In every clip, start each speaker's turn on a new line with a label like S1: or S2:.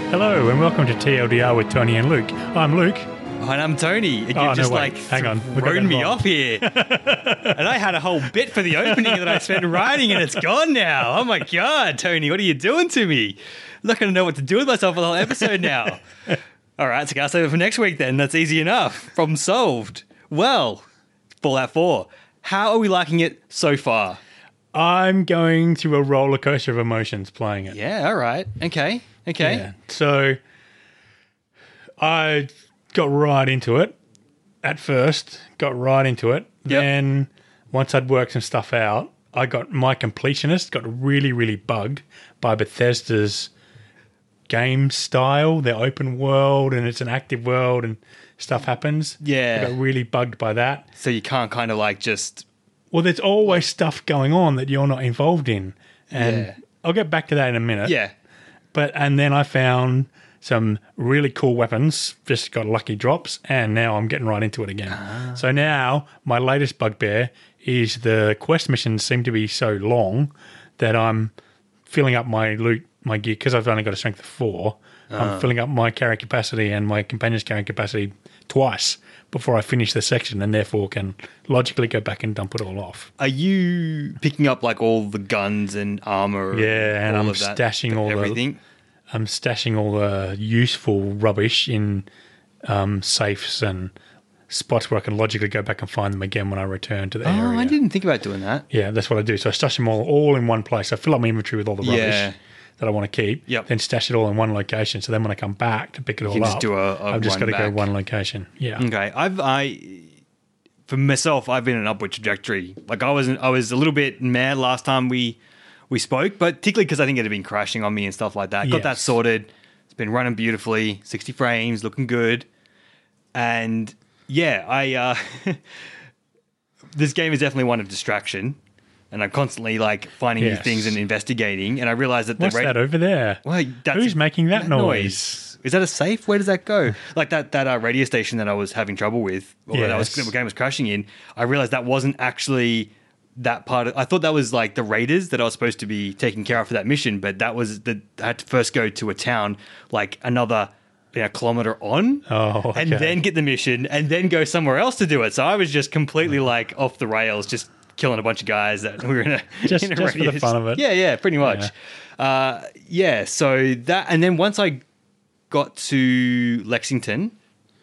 S1: Welcome to TLDR with Tony and Luke. I'm Luke.
S2: And I'm Tony. And you've
S1: Oh, no,
S2: just
S1: wait.
S2: like
S1: Hang on. We got that
S2: thrown me
S1: wrong.
S2: off here. and I had a whole bit for the opening that I spent writing and it's gone now. Oh my God, Tony, what are you doing to me? I'm not going to know what to do with myself for the whole episode now. All right, so I'll save it for next week then. That's easy enough. Problem solved. Well, Fallout 4. How are we liking it so far?
S1: I'm going through a roller coaster of emotions playing it.
S2: Yeah, all right. Okay. Okay.
S1: Yeah. So I got right into it at first, got right into it.
S2: Yep.
S1: Then once I'd worked some stuff out, I got my completionist got really, really bugged by Bethesda's game style, their open world and it's an active world and stuff happens.
S2: Yeah.
S1: I got really bugged by that.
S2: So you can't kind of like just
S1: Well, there's always stuff going on that you're not involved in. And
S2: Yeah.
S1: I'll get back to that in a minute.
S2: yeah.
S1: But and then I found some really cool weapons, just got lucky drops, and now I'm getting right into it again.
S2: Ah.
S1: So now my latest bugbear is the quest missions seem to be so long that I'm filling up my loot, my gear, because I've only got a strength of four.
S2: Ah.
S1: I'm filling up my carry capacity and my companion's carrying capacity twice before I finish the section, and therefore can logically go back and dump it all off.
S2: Are you picking up like all the guns and armor?
S1: Yeah, and
S2: all
S1: I'm
S2: of that,
S1: stashing all the-
S2: everything.
S1: I'm stashing all the useful rubbish in um, safes and spots where I can logically go back and find them again when I return to the
S2: Oh,
S1: area.
S2: I didn't think about doing that.
S1: Yeah, that's what I do. So I stash them all, all in one place. I fill up my inventory with all the rubbish
S2: Yeah.
S1: that I want to keep.
S2: Yep.
S1: Then stash it all in one location. So then when I come back to pick it all
S2: can
S1: up,
S2: just do a- a
S1: I've just
S2: run
S1: got to go
S2: back. Mm.
S1: one location. Yeah.
S2: Okay, I've I for myself, I've been on an upward trajectory. Like I was, I was a little bit mad last time we we spoke, but particularly because I think it had been crashing on me and stuff like that. Got that
S1: Yes.
S2: sorted. It's been running beautifully, sixty frames, looking good, and yeah, I uh, this game is definitely one of distraction. And I'm constantly like finding
S1: Yes.
S2: new things and investigating. And I realize that
S1: What's
S2: the rate.
S1: that over there?
S2: Well, that's
S1: Who's making that, noise?
S2: Is that a safe? Where does that go? Like that that uh, radio station that I was having trouble with, or that I was
S1: Yes.
S2: the game was crashing in. I realized that wasn't actually that part. Of, I thought that was like the raiders that I was supposed to be taking care of for that mission, but that was the I had to first go to a town like another you know, kilometer on,
S1: Oh,
S2: and
S1: okay.
S2: then get the mission, and then go somewhere else to do it. So I was just completely like off the rails, just killing a bunch of guys that we were in a
S1: Just-
S2: in a
S1: just for the
S2: radio-
S1: fun of it.
S2: Yeah, yeah, pretty much. Uh, yeah, so that, and then once I got to Lexington,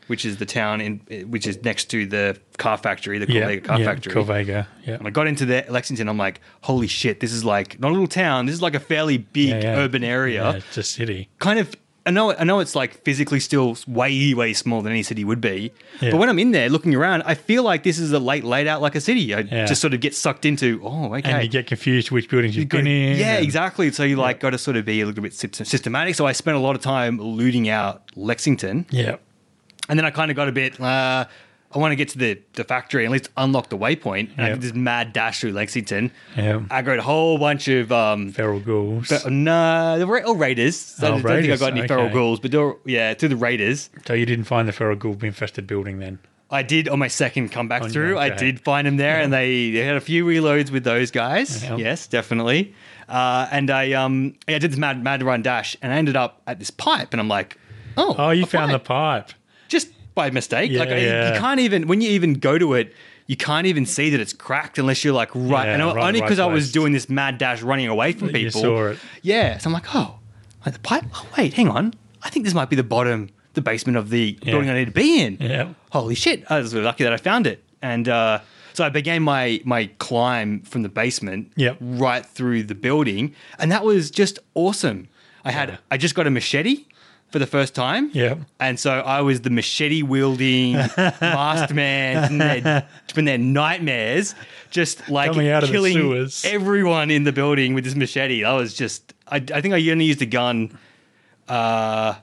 S2: which is the town in, which is next to the car factory, the
S1: Yeah,
S2: Corvega car
S1: yeah,
S2: factory.
S1: Corvega. Yeah.
S2: When I got into the Lexington, I'm like, holy shit, this is like not a little town. This is like a fairly big
S1: Yeah, yeah.
S2: urban area
S1: Yeah, it's a city.
S2: kind of I know I know it's like physically still way way smaller than any city would be,
S1: Yeah.
S2: but when I'm in there looking around, I feel like this is a late laid out like a city. I
S1: Yeah.
S2: just sort of get sucked into. Oh, okay.
S1: And you get confused which buildings you've been in.
S2: yeah,
S1: and-
S2: exactly. So you like got to sort of be a little bit system- systematic. So I spent a lot of time looting out Lexington,
S1: Yeah.
S2: and then I kind of got a bit. Uh, I want to get to the, the factory and at least unlock the waypoint. And I
S1: Yeah.
S2: did this mad dash through Lexington.
S1: Yeah.
S2: I got a whole bunch of um,
S1: Feral ghouls.
S2: but no, the Ra- oh, Raiders. I
S1: Oh,
S2: don't think I
S1: Raiders,
S2: got any feral
S1: okay.
S2: ghouls, but they were- yeah, through the Raiders,
S1: So you didn't find the feral ghoul infested building then?
S2: I did on my second comeback
S1: yeah,
S2: through. I
S1: okay.
S2: did find them there, and they, they had a few reloads with those guys.
S1: Yeah.
S2: Yes, definitely. Uh, and I um yeah, I did this mad mad run dash, and I ended up at this pipe, and I'm like, oh,
S1: Oh, you
S2: a
S1: found
S2: pipe.
S1: the pipe.
S2: just by mistake. like
S1: Yeah,
S2: I,
S1: yeah.
S2: you can't even when you even go to it, you can't even see that it's cracked unless you're like right.
S1: Yeah,
S2: and I-
S1: right-
S2: only
S1: right
S2: because I was
S1: place.
S2: doing this mad dash running away from
S1: That you
S2: people.
S1: saw it.
S2: Yeah, so I'm like, oh, like the pipe. Oh wait, hang on. I think this might be the bottom, the basement of the building I need to be in.
S1: Yeah.
S2: Holy shit! I was really lucky that I found it, and uh, so I began my my climb from the basement.
S1: Yep.
S2: Right through the building, and that was just awesome. I had I just got a machete for the first time.
S1: Yeah.
S2: And so I was the machete wielding masked man from their, from their nightmares, just like
S1: Coming out of the
S2: killing
S1: sewers.
S2: everyone in the building with this machete. I was just, I, I think I only used a gun uh,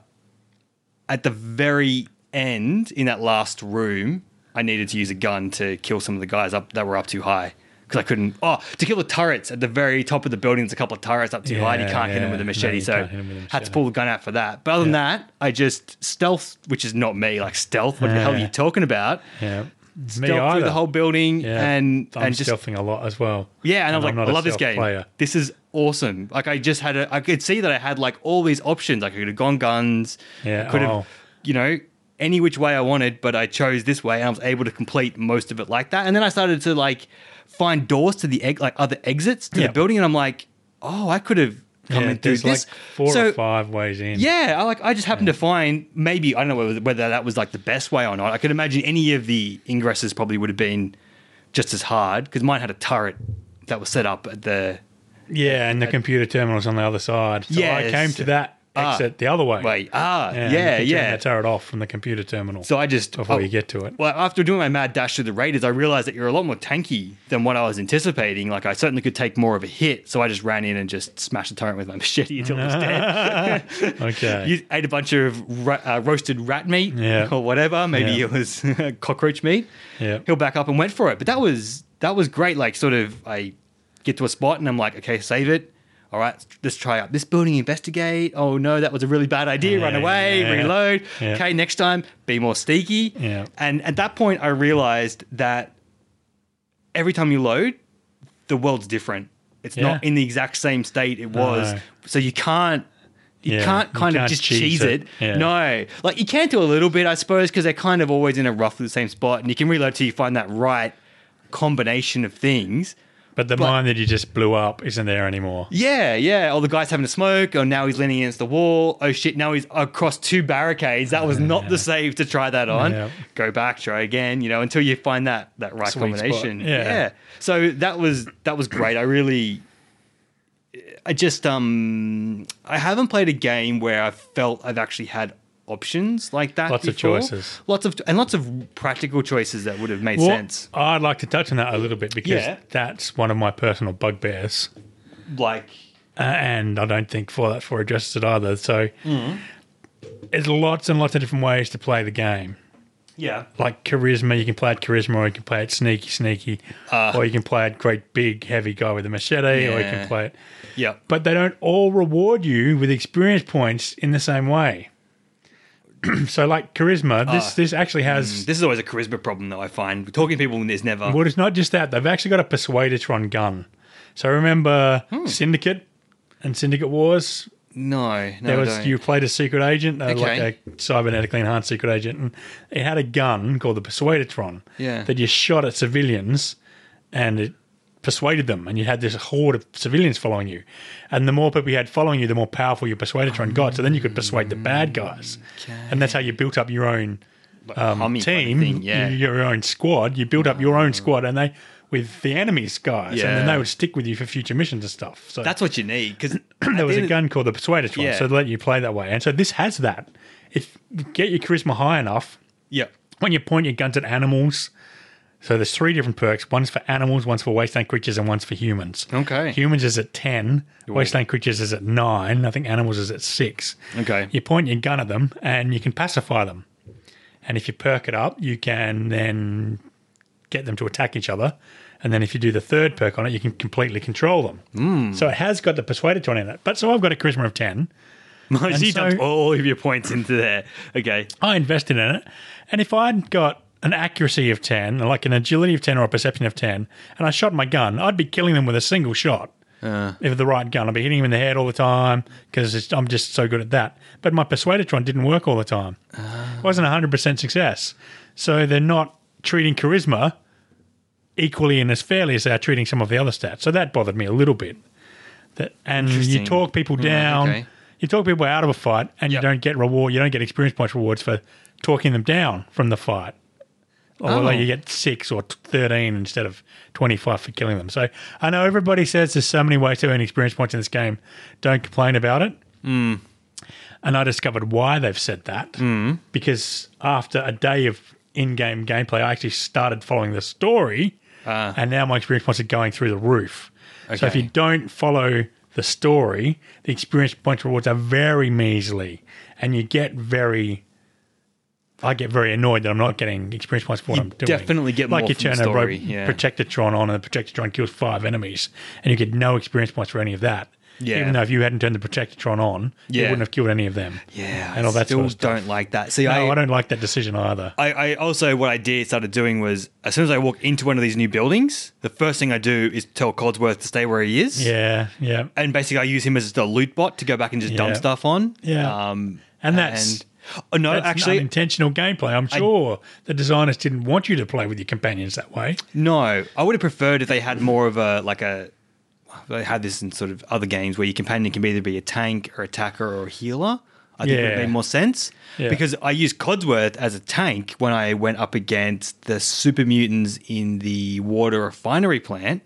S2: at the very end in that last room. I needed to use a gun to kill some of the guys up that were up too high. Because I couldn't. Oh, to kill the turrets at the very top of the building, there's a couple of turrets up too high. And you
S1: Yeah,
S2: can't hit them
S1: yeah.
S2: with a
S1: No,
S2: machete.
S1: you
S2: so
S1: can't hit 'em with a
S2: had to
S1: machete.
S2: pull pull the gun out for that. But other than that, I just stealth, which is not me, like stealth. What the hell are
S1: Yeah.
S2: you talking about?
S1: Yeah.
S2: stealth through
S1: either.
S2: the whole building
S1: Yeah,
S2: and
S1: I'm
S2: and just
S1: stealthing a lot as well.
S2: yeah, and, I'm
S1: not
S2: like, I
S1: a
S2: love this
S1: stealth
S2: game.
S1: player.
S2: This is awesome. Like I just had a, I could see that I had like all these options. Like I could have gone guns.
S1: Yeah,
S2: I could have,
S1: oh.
S2: you know, any which way I wanted, but I chose this way, and I was able to complete most of it like that. And then I started to like find doors to the egg, like other exits to
S1: Yeah.
S2: the building, and I'm like, oh, I could have come
S1: Yeah,
S2: in through
S1: there's
S2: this.
S1: like four
S2: so
S1: or five ways in.
S2: yeah, I like I just happened to find maybe I don't know whether, whether that was like the best way or not. I could imagine any of the ingresses probably would have been just as hard because mine had a turret that was set up at the
S1: Yeah, and the computer terminal's on the other side. So I
S2: Uh, Yes.
S1: came to that
S2: Ah.
S1: exit the other way.
S2: way. Ah,
S1: and you can
S2: yeah,
S1: Turn
S2: yeah.
S1: that turret off from the computer terminal.
S2: So I just
S1: before
S2: oh,
S1: you get to it.
S2: Well, after doing my mad dash through the raiders, I realized that you're a lot more tanky than what I was anticipating. Like I certainly could take more of a hit, so I just ran in and just smashed the turret with my machete until it was dead.
S1: Okay.
S2: you ate a bunch of ra- uh, roasted rat meat
S1: Yeah.
S2: or whatever. Maybe
S1: Yeah.
S2: it was cockroach meat.
S1: Yeah.
S2: He'll back up and went for it. But that was that was great. Like sort of, I get to a spot and I'm like, okay, save it. All right, let's try out this building, investigate. Oh no, that was a really bad idea. Run
S1: Yeah,
S2: away,
S1: yeah.
S2: reload.
S1: Yeah.
S2: Okay, next time, be more sneaky.
S1: Yeah.
S2: And at that point, I realized that every time you load, the world's different. It's
S1: Yeah.
S2: not in the exact same state it was.
S1: no.
S2: So you can't you
S1: Yeah,
S2: can't
S1: you
S2: kind of
S1: can't
S2: just
S1: cheese
S2: cheese it.
S1: it. Yeah.
S2: No, like you can do a little bit, I suppose, because they're kind of always in a roughly the same spot, and you can reload till you find that right combination of things.
S1: but the mine that you just blew up isn't there anymore.
S2: Yeah, yeah. Oh, the guy's having a smoke. Oh, now he's leaning against the wall. Oh shit! Now he's across two barricades. That was not the save to try that on.
S1: Yeah.
S2: Go back, try again. You know, until you find that that right
S1: Sweet spot.
S2: combination.
S1: Yeah.
S2: So that was that was great. I really, I just um, I haven't played a game where I felt I've actually had options like that.
S1: Lots of
S2: before.
S1: choices.
S2: Lots of and lots of practical choices that would have made
S1: Well,
S2: sense.
S1: I'd like to touch on that a little bit because
S2: Yeah.
S1: that's one of my personal bugbears.
S2: Like
S1: Uh, and I don't think for that four addresses it either. So there's lots and lots of different ways to play the game.
S2: yeah,
S1: Like charisma, you can play it charisma, or you can play it sneaky, sneaky, or you can play it great big heavy guy with a machete, or you
S2: Yeah.
S1: can play it.
S2: yeah.
S1: But they don't all reward you with experience points in the same way. so, like charisma, this this actually has.
S2: Mm, This is always a charisma problem that I find. Talking to people is never.
S1: Well, it's not just that they've actually got a persuadertron gun. So remember Syndicate and Syndicate Wars.
S2: No, no,
S1: There
S2: I
S1: was
S2: don't.
S1: you played a secret agent, uh,
S2: Okay.
S1: like a cybernetically enhanced secret agent, and it had a gun called the Persuadertron
S2: Yeah.
S1: that you shot at civilians, and it persuaded them, and you had this horde of civilians following you, and the more people you had following you, the more powerful your Persuadertron got. So then you could persuade the bad guys, and that's how you built up your own
S2: Hummy kind of
S1: team,
S2: thing, yeah.
S1: y- your own squad. You build up your own squad, and they with the enemy's guys, and then
S2: Yeah.
S1: they would stick with you for future missions and stuff. So
S2: That's what you need because
S1: there was a gun called the Persuadertron,
S2: Yeah.
S1: so they let you play that way. And so this has that. If you get your charisma high enough,
S2: Yeah,
S1: when you point your guns at animals, so there's three different perks. One's for animals, one's for wasteland creatures, and one's for humans.
S2: Okay.
S1: Humans is at ten, wasteland creatures is at nine. I think animals is at six.
S2: Okay.
S1: You point your gun at them, and you can pacify them. And if you perk it up, you can then get them to attack each other. And then if you do the third perk on it, you can completely control them.
S2: Hmm.
S1: So it has got the persuadertron in it. But so I've got a charisma of ten.
S2: so you
S1: so-
S2: dumped all of your points into there. Okay,
S1: I invested in it, and if I'd got an accuracy of 10, like an agility of 10 or a perception of 10, and I shot my gun, I'd be killing them with a single shot. If the right gun, I'd be hitting him in the head all the time because I'm just so good at that. But my persuadertron didn't work all the time. It wasn't a hundred percent success. So they're not treating charisma equally and as fairly as they are treating some of the other stats. So that bothered me a little bit. That and you
S2: Interesting.
S1: talk people down,
S2: Hmm, okay.
S1: you talk people out of a fight, and
S2: Yep.
S1: you don't get reward. You don't get experience points rewards for talking them down from the fight. Although
S2: Oh.
S1: you get six or t- thirteen instead of twenty-five for killing them. So I know everybody says there's so many ways to earn experience points in this game. Don't complain about it. And I discovered why they've said that because after a day of in-game gameplay, I actually started following the story, and now my experience points are going through the roof. So if
S2: Ah. Okay.
S1: you don't follow the story, the experience points rewards are very measly, and you get very. I get very annoyed that I'm not getting experience points for what I'm doing.
S2: definitely get
S1: like
S2: more
S1: you
S2: from the
S1: turn a
S2: story,
S1: rope
S2: yeah.
S1: protectortron on, and the protectortron kills five enemies, and you get no experience points for any of that.
S2: Yeah.
S1: Even though if you hadn't turned the Protectron on, you
S2: Yeah.
S1: wouldn't have killed any of them.
S2: Yeah,
S1: And all
S2: I
S1: that
S2: still
S1: sort of stuff.
S2: don't like that. See,
S1: No,
S2: I,
S1: I don't like that decision either.
S2: I, I also what I did started doing was as soon as I walk into one of these new buildings, the first thing I do is tell Codsworth to stay where he is.
S1: Yeah, yeah.
S2: And basically, I use him as the loot bot to go back and just dump
S1: Yeah.
S2: stuff on.
S1: Yeah.
S2: Um,
S1: And that's-
S2: and- oh, no,
S1: That's
S2: actually,
S1: intentional gameplay. I'm sure the designers didn't want you to play with your companions that way.
S2: No, I would have preferred if they had more of a like a. They had this in sort of other games where your companion can either be a tank or attacker or a healer. I think it would
S1: Yeah.
S2: have made more sense
S1: Yeah.
S2: because I used Codsworth as a tank when I went up against the super mutants in the water refinery plant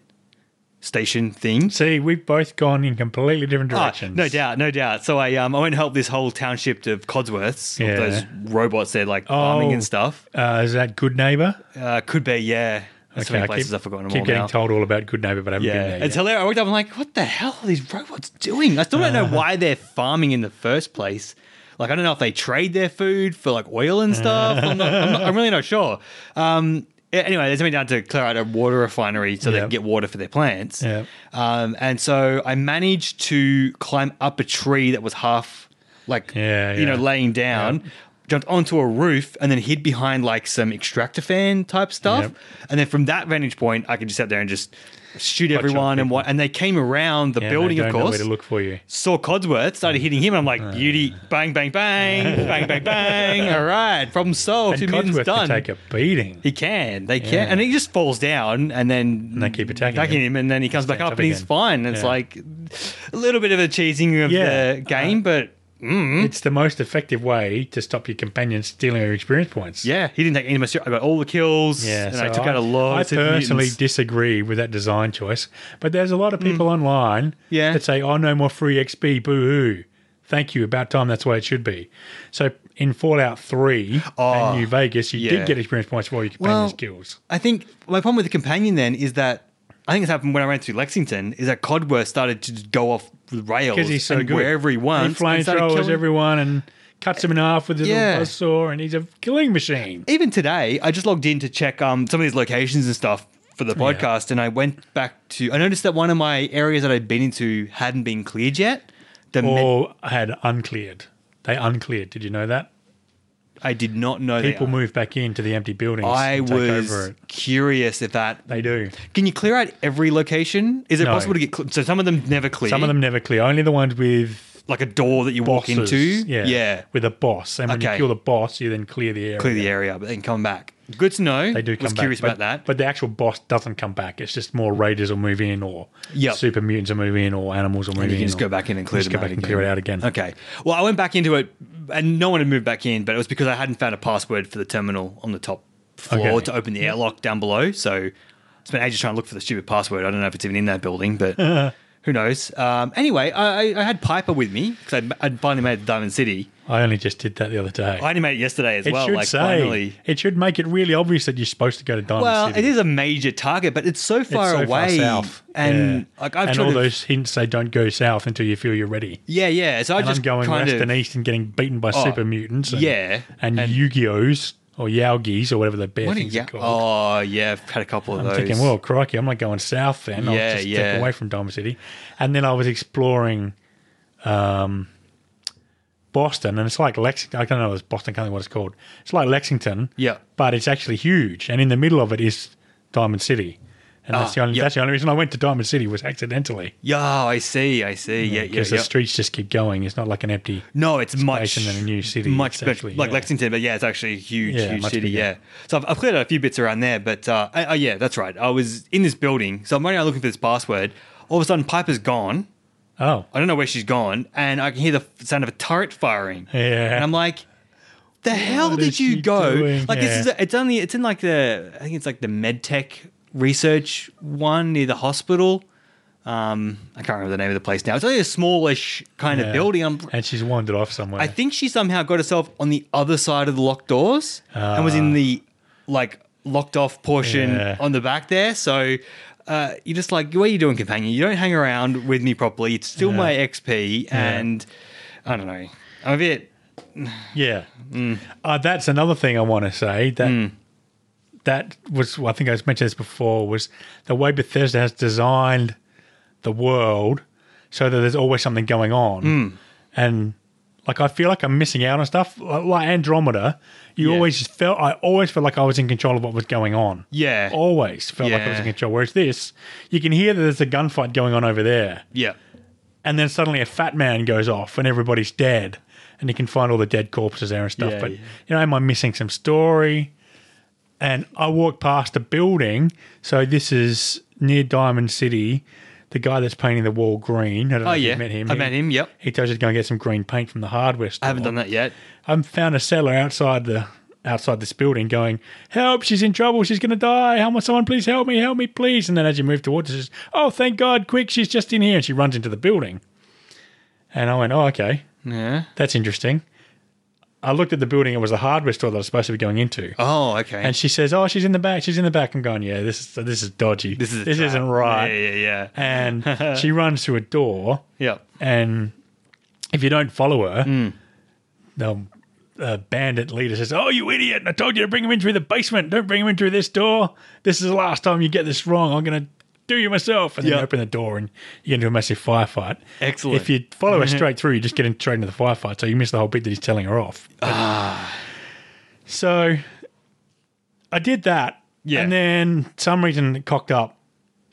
S2: station thing.
S1: See, we've both gone in completely different
S2: Ah,
S1: directions.
S2: no doubt, no doubt. So I um I went and helped this whole township of Codsworths, of
S1: Yeah.
S2: those robots they're like farming
S1: Oh.
S2: and stuff.
S1: Uh, is that Good Neighbor?
S2: Uh, could be, yeah. That's so many
S1: I
S2: places
S1: keep,
S2: I've forgotten them
S1: keep
S2: all
S1: getting
S2: now.
S1: told all about Good Neighbor, but I haven't been
S2: Yeah,
S1: there
S2: it's
S1: yet.
S2: hilarious. I looked up. I'm like, what the hell are these robots doing? I still don't
S1: Uh-huh.
S2: know why they're farming in the first place. Like, I don't know if they trade their food for like oil and stuff. I'm, not, I'm, not, I'm really not sure. Um, a- anyway, there's something down to clear out a water refinery so they
S1: Yep.
S2: can get water for their plants.
S1: Yep.
S2: Um, and so I managed to climb up a tree that was half, like,
S1: Yeah,
S2: you know,
S1: yeah.
S2: laying down. Jumped onto a roof and then hid behind like some extractor fan type stuff,
S1: Yep.
S2: and then from that vantage point, I could just sit there and just shoot
S1: shot
S2: everyone and what and they came around the
S1: Yeah,
S2: building
S1: they
S2: of
S1: don't know
S2: course
S1: where to look Uh. for you.
S2: saw codsworth started hitting him and i'm like beauty bang bang bang bang bang bang all right problem solved two
S1: And
S2: mutants
S1: Codsworth
S2: done
S1: can take a beating.
S2: he can they can and he just falls down and then
S1: they keep attacking
S2: him. and then he comes back
S1: stands
S2: up
S1: up
S2: and he's
S1: again.
S2: fine it's
S1: Yeah.
S2: like a little bit of a cheesing of
S1: Yeah, Uh-huh.
S2: the game but Hmm?
S1: It's the most effective way to stop your companions stealing your experience points.
S2: yeah he didn't take any of my I got all the kills.
S1: Yeah,
S2: and
S1: so
S2: I took out a lot.
S1: I
S2: of
S1: personally
S2: mutants.
S1: disagree with that design choice, but there's a lot of people online
S2: Hmm. Yeah.
S1: that say, "Oh, no more free XP, boo-hoo." Thank you. About time. That's the way it should be. So in Fallout Three and New Vegas, you
S2: Ah, yeah.
S1: did get experience points for all your companions' kills.
S2: I think my problem with the companion then is that I think it's happened when I ran through Lexington is that Codworth started to just go off the rails
S1: Because he's so
S2: and
S1: good.
S2: wherever he wants.
S1: he
S2: and started
S1: flamethrowers
S2: killing-
S1: everyone and cuts them in half with his
S2: Yeah.
S1: little buzzsaw, and he's a killing machine.
S2: Even today, I just logged in to check um, some of these locations and stuff for the podcast, and I went back to. I noticed that one of my areas that I'd been into hadn't been cleared yet. The med-
S1: Or had uncleared. They uncleared. Did you know that?
S2: I did not know that.
S1: People move back into the empty buildings.
S2: I
S1: and take over
S2: was
S1: it.
S2: curious if that.
S1: They do.
S2: Can you clear out every location? Is it
S1: No.
S2: possible to get cle so some of them never clear?
S1: Some of them never clear. Only the ones with
S2: like a door that you walk
S1: bosses.
S2: into.
S1: Yeah.
S2: yeah.
S1: With a boss. And when you
S2: Okay.
S1: kill the boss, you then clear the area.
S2: clear the area, but then come back. Good to know.
S1: They do come
S2: Was
S1: back.
S2: curious
S1: but,
S2: about that.
S1: But the actual boss doesn't come back. It's just more raiders will move in or
S2: Yep.
S1: super mutants will move in or animals will move
S2: you
S1: in.
S2: can just
S1: or-
S2: go back in and clear
S1: just
S2: them
S1: go back
S2: out
S1: and clear it
S2: again.
S1: out again.
S2: Okay. Well, I went back into it, and no one had moved back in, but it was because I hadn't found a password for the terminal on the top floor
S1: Okay.
S2: to open the airlock down below. So I spent ages trying to look for the stupid password. I don't know if it's even in that building, but who knows? Um, anyway, I, I I had Piper with me because I'd, I'd finally made Diamond City.
S1: I only just did that the other day.
S2: I only made it yesterday as
S1: it
S2: well.
S1: should
S2: like
S1: say.
S2: finally.
S1: It should make it really obvious that you're supposed to go to Diamond
S2: Well,
S1: City.
S2: it is a major target, but it's so
S1: It's
S2: far
S1: so far
S2: away,
S1: south.
S2: and
S1: Yeah.
S2: like I've
S1: and
S2: tried
S1: all
S2: to
S1: those hints say don't go south until you feel you're ready.
S2: Yeah, yeah. So I
S1: And
S2: just
S1: I'm going
S2: kind
S1: west
S2: of, Oh,
S1: and east and getting beaten by super mutants. And,
S2: yeah.
S1: and, Yu-Gi-Ohs or Yaogis or whatever the bear
S2: What a
S1: things
S2: ya-
S1: are called.
S2: oh yeah, I've had a couple of
S1: I'm
S2: those.
S1: thinking, well, crikey, I'm not going south then. I'll
S2: Yeah,
S1: just
S2: yeah.
S1: step away from Diamond City. And then I was exploring um, Boston, and it's like Lexington. I don't know, it's Boston, I can't think what it's called. It's like Lexington,
S2: Yeah.
S1: but it's actually huge. And in the middle of it is Diamond City. And that's,
S2: Ah,
S1: the only,
S2: yeah.
S1: that's the only reason I went to Diamond City was accidentally.
S2: yeah, I see, I see. Yeah, yeah,
S1: Because
S2: yeah.
S1: the streets just keep going. It's not like an empty.
S2: no, it's much
S1: and then a new city,
S2: much
S1: it's
S2: better-
S1: actually,
S2: like
S1: yeah.
S2: Lexington, but yeah, it's actually a huge,
S1: Yeah,
S2: huge
S1: much
S2: city.
S1: bigger.
S2: Yeah. So I've, I've cleared out a few bits around there, but uh, I, oh yeah, that's right. I was in this building, so I'm running out looking for this password. All of a sudden, Piper's gone.
S1: Oh,
S2: I don't know where she's gone, and I can hear the f- sound of a turret firing.
S1: Yeah.
S2: and I'm like, the hell
S1: is
S2: did you
S1: she
S2: go?
S1: doing?
S2: Like
S1: Yeah.
S2: this is a, it's only it's in like the I think it's like the med tech research one near the hospital. Um, I can't remember the name of the place now. It's only a smallish kind
S1: yeah.
S2: of building. I'm,
S1: and she's wandered off somewhere.
S2: I think she somehow got herself on the other side of the locked doors and was in the like locked off portion
S1: Yeah.
S2: on the back there. So uh, you're just like, what are you doing, companion? You don't hang around with me properly. It's still my XP, and I don't know. I'm a bit.
S1: Yeah,
S2: Mm.
S1: uh, that's another thing I want to say that that was I think I mentioned this before was the way Bethesda has designed the world so that there's always something going on.
S2: Mm.
S1: And like I feel like I'm missing out on stuff. Like, like Andromeda, you
S2: Yeah.
S1: always felt I always felt like I was in control of what was going on.
S2: Yeah.
S1: Always felt like I was
S2: Yeah.
S1: in control. Whereas this, you can hear that there's a gunfight going on over there.
S2: Yeah.
S1: And then suddenly a fat man goes off and everybody's dead. And you can find all the dead corpses there and stuff.
S2: Yeah,
S1: but,
S2: yeah.
S1: you know, am I missing some story? And I walk past a building. So this is near Diamond City. The guy that's painting the wall green. I don't know
S2: Oh,
S1: if
S2: yeah.
S1: you've met him.
S2: I
S1: He-
S2: met him. Yep.
S1: He tells you to go and get some green paint from the hardware store.
S2: I haven't done that yet.
S1: I found a seller outside the outside this building going, Help, she's in trouble, she's gonna die. Help someone please help me, help me, please. And then as you move towards her, she says, Oh, thank God, quick, she's just in here and she runs into the building. And I went, Oh, okay.
S2: Yeah.
S1: That's interesting. I looked at the building, it was the hardware store that I was supposed to be going into.
S2: Oh, okay.
S1: And she says, Oh, she's in the back, she's in the back. I'm going, Yeah, this is this is dodgy.
S2: this is a
S1: this
S2: trap.
S1: isn't right.
S2: Yeah, yeah, yeah.
S1: And she runs to a door
S2: Yep.
S1: and if you don't follow her,
S2: Hmm.
S1: the uh, bandit leader says, "Oh, you idiot! I told you to bring him in through the basement. Don't bring him in through this door. This is the last time you get this wrong. I'm gonna." Do you myself, and then
S2: Yeah.
S1: you open the door, and you get into a massive firefight.
S2: Excellent.
S1: If you follow her straight through, you just get in, straight into the firefight, so you miss the whole bit that he's telling her off.
S2: Ah.
S1: So I did that.
S2: Yeah.
S1: And then some reason it cocked up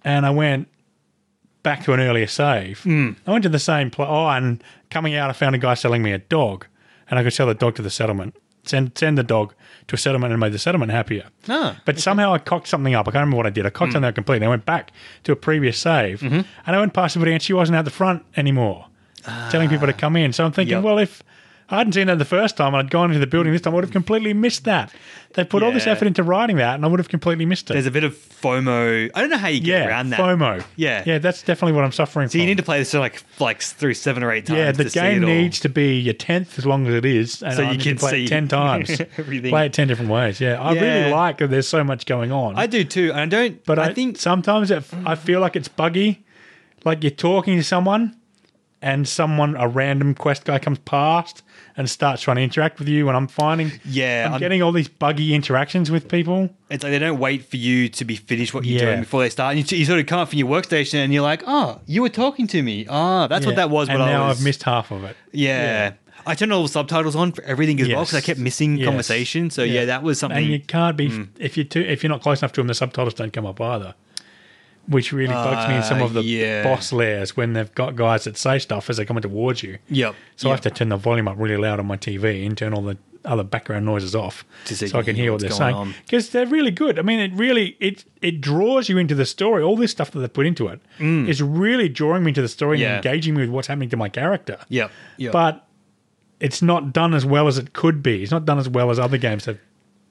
S1: and I went back to an earlier save.
S2: Hmm.
S1: I went to the same place. Oh, and coming out, I found a guy selling me a dog and I could sell the dog to the settlement. Send, send the dog to a settlement and made the settlement happier.
S2: Ah. Hmm.
S1: But somehow I cocked something up. I can't remember what I did. I cocked something up completely. I went back to a previous save
S2: Mm-hmm.
S1: and I went past somebody and she wasn't out the front anymore,
S2: Ah.
S1: telling people to come in. So I'm thinking,
S2: Yep.
S1: well, if I hadn't seen that the first time and I'd gone into the building this time, I would have completely missed that. They put all this
S2: Yeah.
S1: effort into writing that and I would have completely missed it.
S2: There's a bit of FOMO. I don't know how you get
S1: yeah,
S2: around that.
S1: FOMO.
S2: Yeah.
S1: yeah, that's definitely what I'm suffering
S2: So
S1: from.
S2: you need to play this like like through seven or eight times.
S1: yeah, the
S2: to see it
S1: game
S2: all.
S1: needs to be your tenth as long as it is, and
S2: So
S1: I
S2: you
S1: need
S2: can
S1: to play
S2: see
S1: it ten times.
S2: everything.
S1: Play it ten different ways. Yeah, I
S2: Yeah.
S1: really like that. There's so much going on.
S2: I do too, and I don't.
S1: But I,
S2: think Mm.
S1: think sometimes it, I feel like it's buggy. Like you're talking to someone, and someone, a random quest guy comes past and starts trying to interact with you. And I'm finding,
S2: Yeah,
S1: I'm,
S2: I'm-
S1: getting all these buggy interactions with people.
S2: it's like they don't wait for you to be finished what you're
S1: Yeah.
S2: doing before they start. You, you sort of come up from your workstation and you're like, "Oh, you were talking to me. Ah, that's what
S1: Yeah.
S2: that was."
S1: And
S2: what
S1: now
S2: I was,
S1: I've missed half of it.
S2: Yeah. I turned all the subtitles on for everything as well 'cause well
S1: Yes.
S2: because I kept missing
S1: Yes.
S2: conversation. So yeah. that was something.
S1: And you can't be
S2: Mm.
S1: if you are too if you're not close enough to them, the subtitles don't come up either. Which really bugs me in some
S2: Uh,
S1: of the
S2: yeah.
S1: boss layers when they've got guys that say stuff as they're coming towards you.
S2: Yep.
S1: So I
S2: Yep.
S1: have to turn the volume up really loud on my TV and turn all the other background noises off,
S2: To so you
S1: so I
S2: can
S1: can
S2: hear
S1: hear what
S2: what's
S1: they're saying.
S2: going on.
S1: Because they're really good. I mean, it really it it draws you into the story. All this stuff that they put into it is really drawing me into the story
S2: Mm. Yeah.
S1: and engaging me with what's happening to my character.
S2: Yep. Yep.
S1: But it's not done as well as it could be. It's not done as well as other games have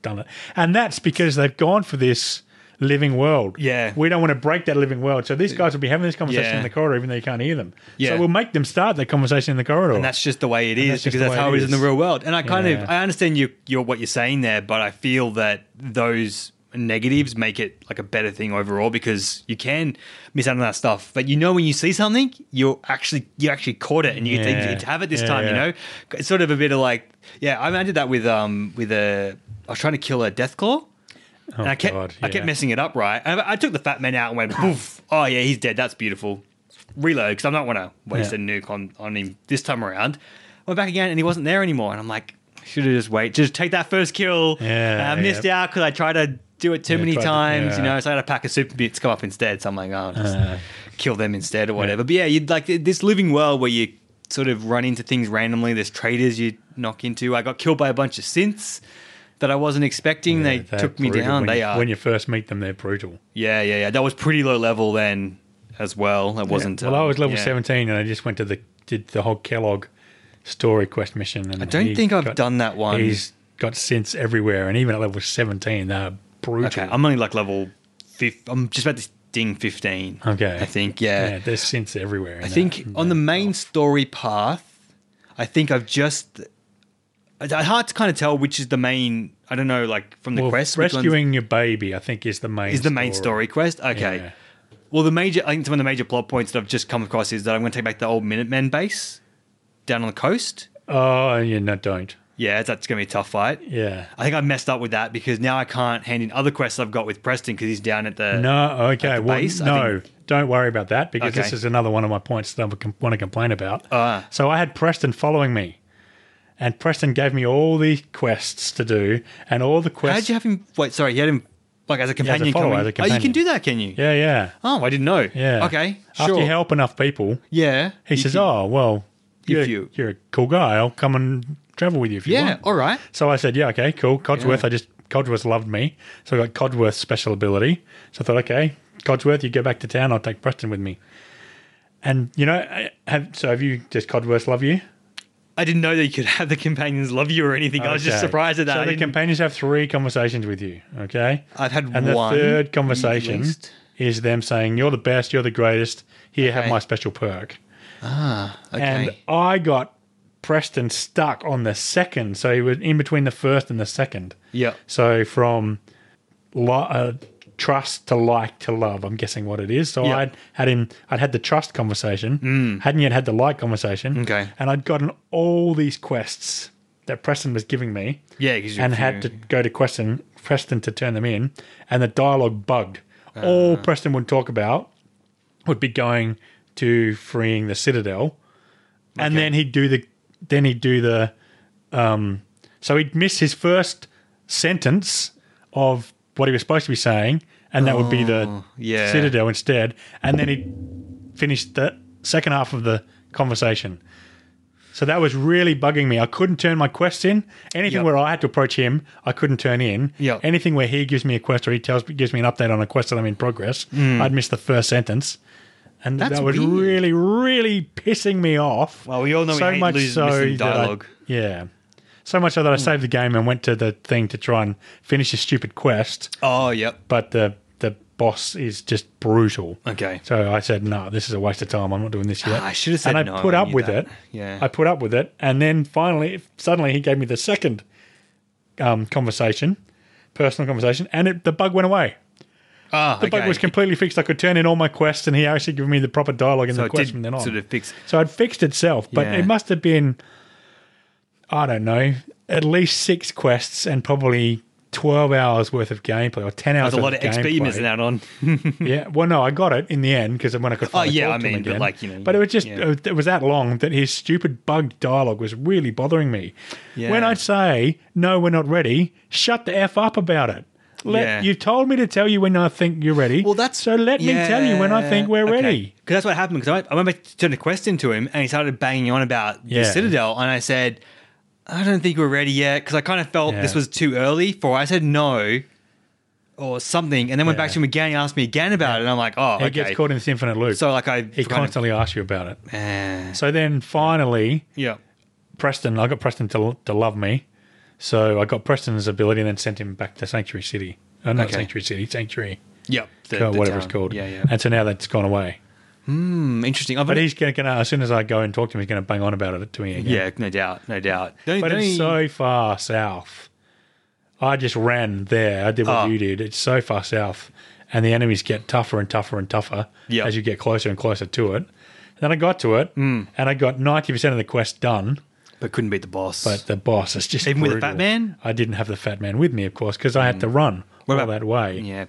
S1: done it, and that's because they've gone for this living world.
S2: Yeah.
S1: we don't want to break that living world. So these guys will be having this conversation
S2: Yeah.
S1: in the corridor, even though you can't hear them.
S2: Yeah.
S1: So we'll make them start that conversation in the corridor.
S2: and that's just the way it is
S1: that's just
S2: because
S1: the
S2: that's
S1: way
S2: how
S1: it
S2: it is in the
S1: is.
S2: real world. And I kind of
S1: Yeah.
S2: I understand you you're what you're saying there, but I feel that those negatives make it like a better thing overall because you can miss out on that stuff. But you know when you see something, you're actually you actually caught it and you
S1: Yeah.
S2: think you have it this
S1: Yeah,
S2: time, you
S1: yeah.
S2: know? It's sort of a bit of like yeah, I, mean, I did that with um with a I was trying to kill a death claw. and I kept
S1: Oh, God,
S2: I kept
S1: yeah.
S2: messing it up right. And I, I took the fat man out and went poof. Oh yeah, he's dead. That's beautiful. Reload because I'm not want to waste
S1: Yeah.
S2: a nuke on, on him this time around. Went back again and he wasn't there anymore. And I'm like, should have just wait, just take that first kill.
S1: Yeah,
S2: and I missed out because I tried to do it too many
S1: tried to-
S2: times. You
S1: yeah.
S2: know, so I had a pack of super bits come up instead. So I'm like, oh, just
S1: Uh.
S2: kill them instead or whatever. But yeah, you'd like this living world where you sort of run into things randomly. There's traders you knock into. I got killed by a bunch of synths. That I wasn't expecting. they
S1: They're
S2: took me
S1: brutal
S2: down.
S1: When
S2: They
S1: you,
S2: are
S1: when you first meet them, they're brutal.
S2: yeah, yeah, yeah. That was pretty low level then as well. That wasn't.
S1: Well, I
S2: um,
S1: was level
S2: yeah.
S1: 17 and I just went to the did the whole Kellogg story quest mission. And I
S2: don't think I've done that one.
S1: He's got synths everywhere, and even at level 17, they're brutal.
S2: Okay, I'm only like level. Fif- I'm just about to ding fifteen.
S1: Okay.
S2: I think yeah.
S1: yeah, there's synths everywhere.
S2: Uh, I think on the main story path, I think I've just. It's hard to kind of tell which is the main. I don't know, like from the
S1: well,
S2: quest. which one's-
S1: rescuing your baby, I think, is the main
S2: is the main story quest. Okay.
S1: Yeah.
S2: Well, the major, I think some of the major plot points that I've just come across is that I'm going to take back the old Minutemen base down on the coast.
S1: Oh, yeah, no, don't.
S2: Yeah, that's going to be a tough fight.
S1: Yeah.
S2: I think I messed up with that because now I can't hand in other quests I've got with Preston because he's down at the.
S1: No, okay.
S2: the
S1: Well,
S2: base, I
S1: no,
S2: think-
S1: Don't worry about that because
S2: Okay.
S1: this is another one of my points that I want to complain about.
S2: Ah.
S1: so I had Preston following me, and Preston gave me all the quests to do, and all the
S2: How
S1: quests.
S2: did you have him? Wait, sorry, you had him like as a companion.
S1: follower,
S2: coming-
S1: as a
S2: Oh, you can
S1: companion.
S2: do that, can you?
S1: yeah, yeah,
S2: Oh, I didn't know.
S1: yeah.
S2: Okay.
S1: After
S2: sure.
S1: you help enough people,
S2: yeah.
S1: he
S2: You
S1: says,
S2: can-
S1: "Oh well, you're,
S2: you-
S1: you, are a cool guy. I'll come and travel with you if "Oh, you
S2: Yeah.
S1: want."
S2: All right.
S1: So I said, yeah, okay, cool. Codsworth,
S2: Yeah.
S1: I just, Codsworth loved me. So I got Codsworth's special ability. So I thought, okay, Codsworth, you go back to town. I'll take Preston with me. And, you know, I have, so have you, does Codsworth love you?
S2: I didn't know that you could have the companions love you or anything. I was just
S1: Okay.
S2: surprised at that. I
S1: So the
S2: didn't-
S1: companions have three conversations with you, okay?
S2: I've had
S1: and the
S2: one.
S1: third conversation
S2: least.
S1: is them saying, you're the best, you're the greatest, here, have
S2: Okay.
S1: my special perk.
S2: okay.
S1: And I got Preston stuck on the second. So he was in between the first and the second.
S2: yeah.
S1: So from lo- uh, trust to like to love, I'm guessing what it is. So
S2: Yeah. Mm.
S1: I'd had him, I'd had the trust conversation, hadn't yet had the like conversation.
S2: Okay.
S1: And I'd gotten all these quests that Preston was giving me
S2: Yeah. 'cause you're
S1: and had to go to Preston, Preston to turn them in. And the dialogue bugged. all Preston would talk about would be going to freeing the Citadel. And then he'd do the, then he'd do the, um, so he'd miss his first sentence of what he was supposed to be saying, and that would be the
S2: yeah.
S1: Citadel instead. And then he'd finish the second half of the conversation. So that was really bugging me. I couldn't turn my quest in. Anything
S2: Yep.
S1: where I had to approach him, I couldn't turn in.
S2: Yep.
S1: Anything where he gives me a quest or he tells gives me an update on a quest that I'm in progress, I'd miss the first sentence. And
S2: Hmm. That's
S1: that was
S2: weird.
S1: really, really pissing me off
S2: Well, we all know we hate losing missing
S1: that I-
S2: dialogue. Hmm.
S1: yeah. So much so that I saved the game and went to the thing to try and finish a stupid quest,
S2: oh, yep.
S1: but the the boss is just brutal.
S2: Okay.
S1: So I said, no, this is a waste of time. I'm not doing this yet.
S2: Ah, I should have said
S1: And I
S2: no,
S1: put
S2: I
S1: up
S2: knew
S1: with
S2: that.
S1: it.
S2: Yeah.
S1: I put up with it. And then finally, suddenly he gave me the second um, conversation, personal conversation, and it, the bug went away.
S2: Ah,
S1: The bug was completely fixed. I could turn in all my quests, and he actually gave me the proper dialogue in
S2: so
S1: the
S2: it
S1: quest
S2: did
S1: from then on.
S2: sort of fix.
S1: So it fixed itself, but
S2: Yeah.
S1: it must have been, I don't know, at least six quests and probably 12 hours worth of gameplay or 10 hours
S2: There's a lot
S1: of
S2: of XP
S1: gameplay.
S2: you're missing out on.
S1: Yeah. Well, no, I got it in the end because when I could finally
S2: Oh, yeah,
S1: talk
S2: I
S1: to him
S2: mean, but
S1: again.
S2: like, you know,
S1: But it was just,
S2: yeah.
S1: it was that long that his stupid bugged dialogue was really bothering me. When
S2: Yeah.
S1: I'd say, no, we're not ready, shut the F up about it. Let,
S2: Yeah.
S1: You've told me to tell you when I think you're ready.
S2: Well, that's
S1: so. Let me tell you when I think we're ready.
S2: Because that's what happened. Because I, I remember turning a question to him, and he started banging on about
S1: Yeah.
S2: the Citadel, and I said, "I don't think we're ready yet." Because I kind of felt
S1: Yeah.
S2: this was too early for. I said no, or something, and then went back
S1: Yeah.
S2: to him again. He asked me again about it, and I'm like, "Oh,
S1: It
S2: okay."
S1: gets caught in this infinite loop.
S2: so like I
S1: he
S2: kind of-
S1: constantly asks you about it.
S2: Eh.
S1: So then finally,
S2: yeah.
S1: Preston, I got Preston to, to love me. So I got Preston's ability and then sent him back to Sanctuary City. Uh, not
S2: Okay.
S1: Sanctuary City, Sanctuary,
S2: Yep, the,
S1: Co-
S2: the
S1: whatever
S2: town.
S1: it's called.
S2: Yeah, yeah.
S1: And so now that's gone away.
S2: Hmm, interesting. I've
S1: But he's going to, as soon as I go and talk to him, he's going to bang on about it to me again.
S2: yeah, no doubt, no doubt. The only-
S1: But
S2: the
S1: it's
S2: only-
S1: so far south. I just ran there. I did what
S2: Ah.
S1: you did. It's so far south. And the enemies get tougher and tougher and tougher
S2: Yeah. Hmm.
S1: as you get closer and closer to it. Then I got to it and I got 90% of the quest done.
S2: but couldn't beat the boss.
S1: But the boss is just
S2: Even with the
S1: brutal.
S2: fat man? Hmm.
S1: I didn't have the fat man with me, of course, because I had to run all
S2: about-
S1: that way.
S2: Yeah.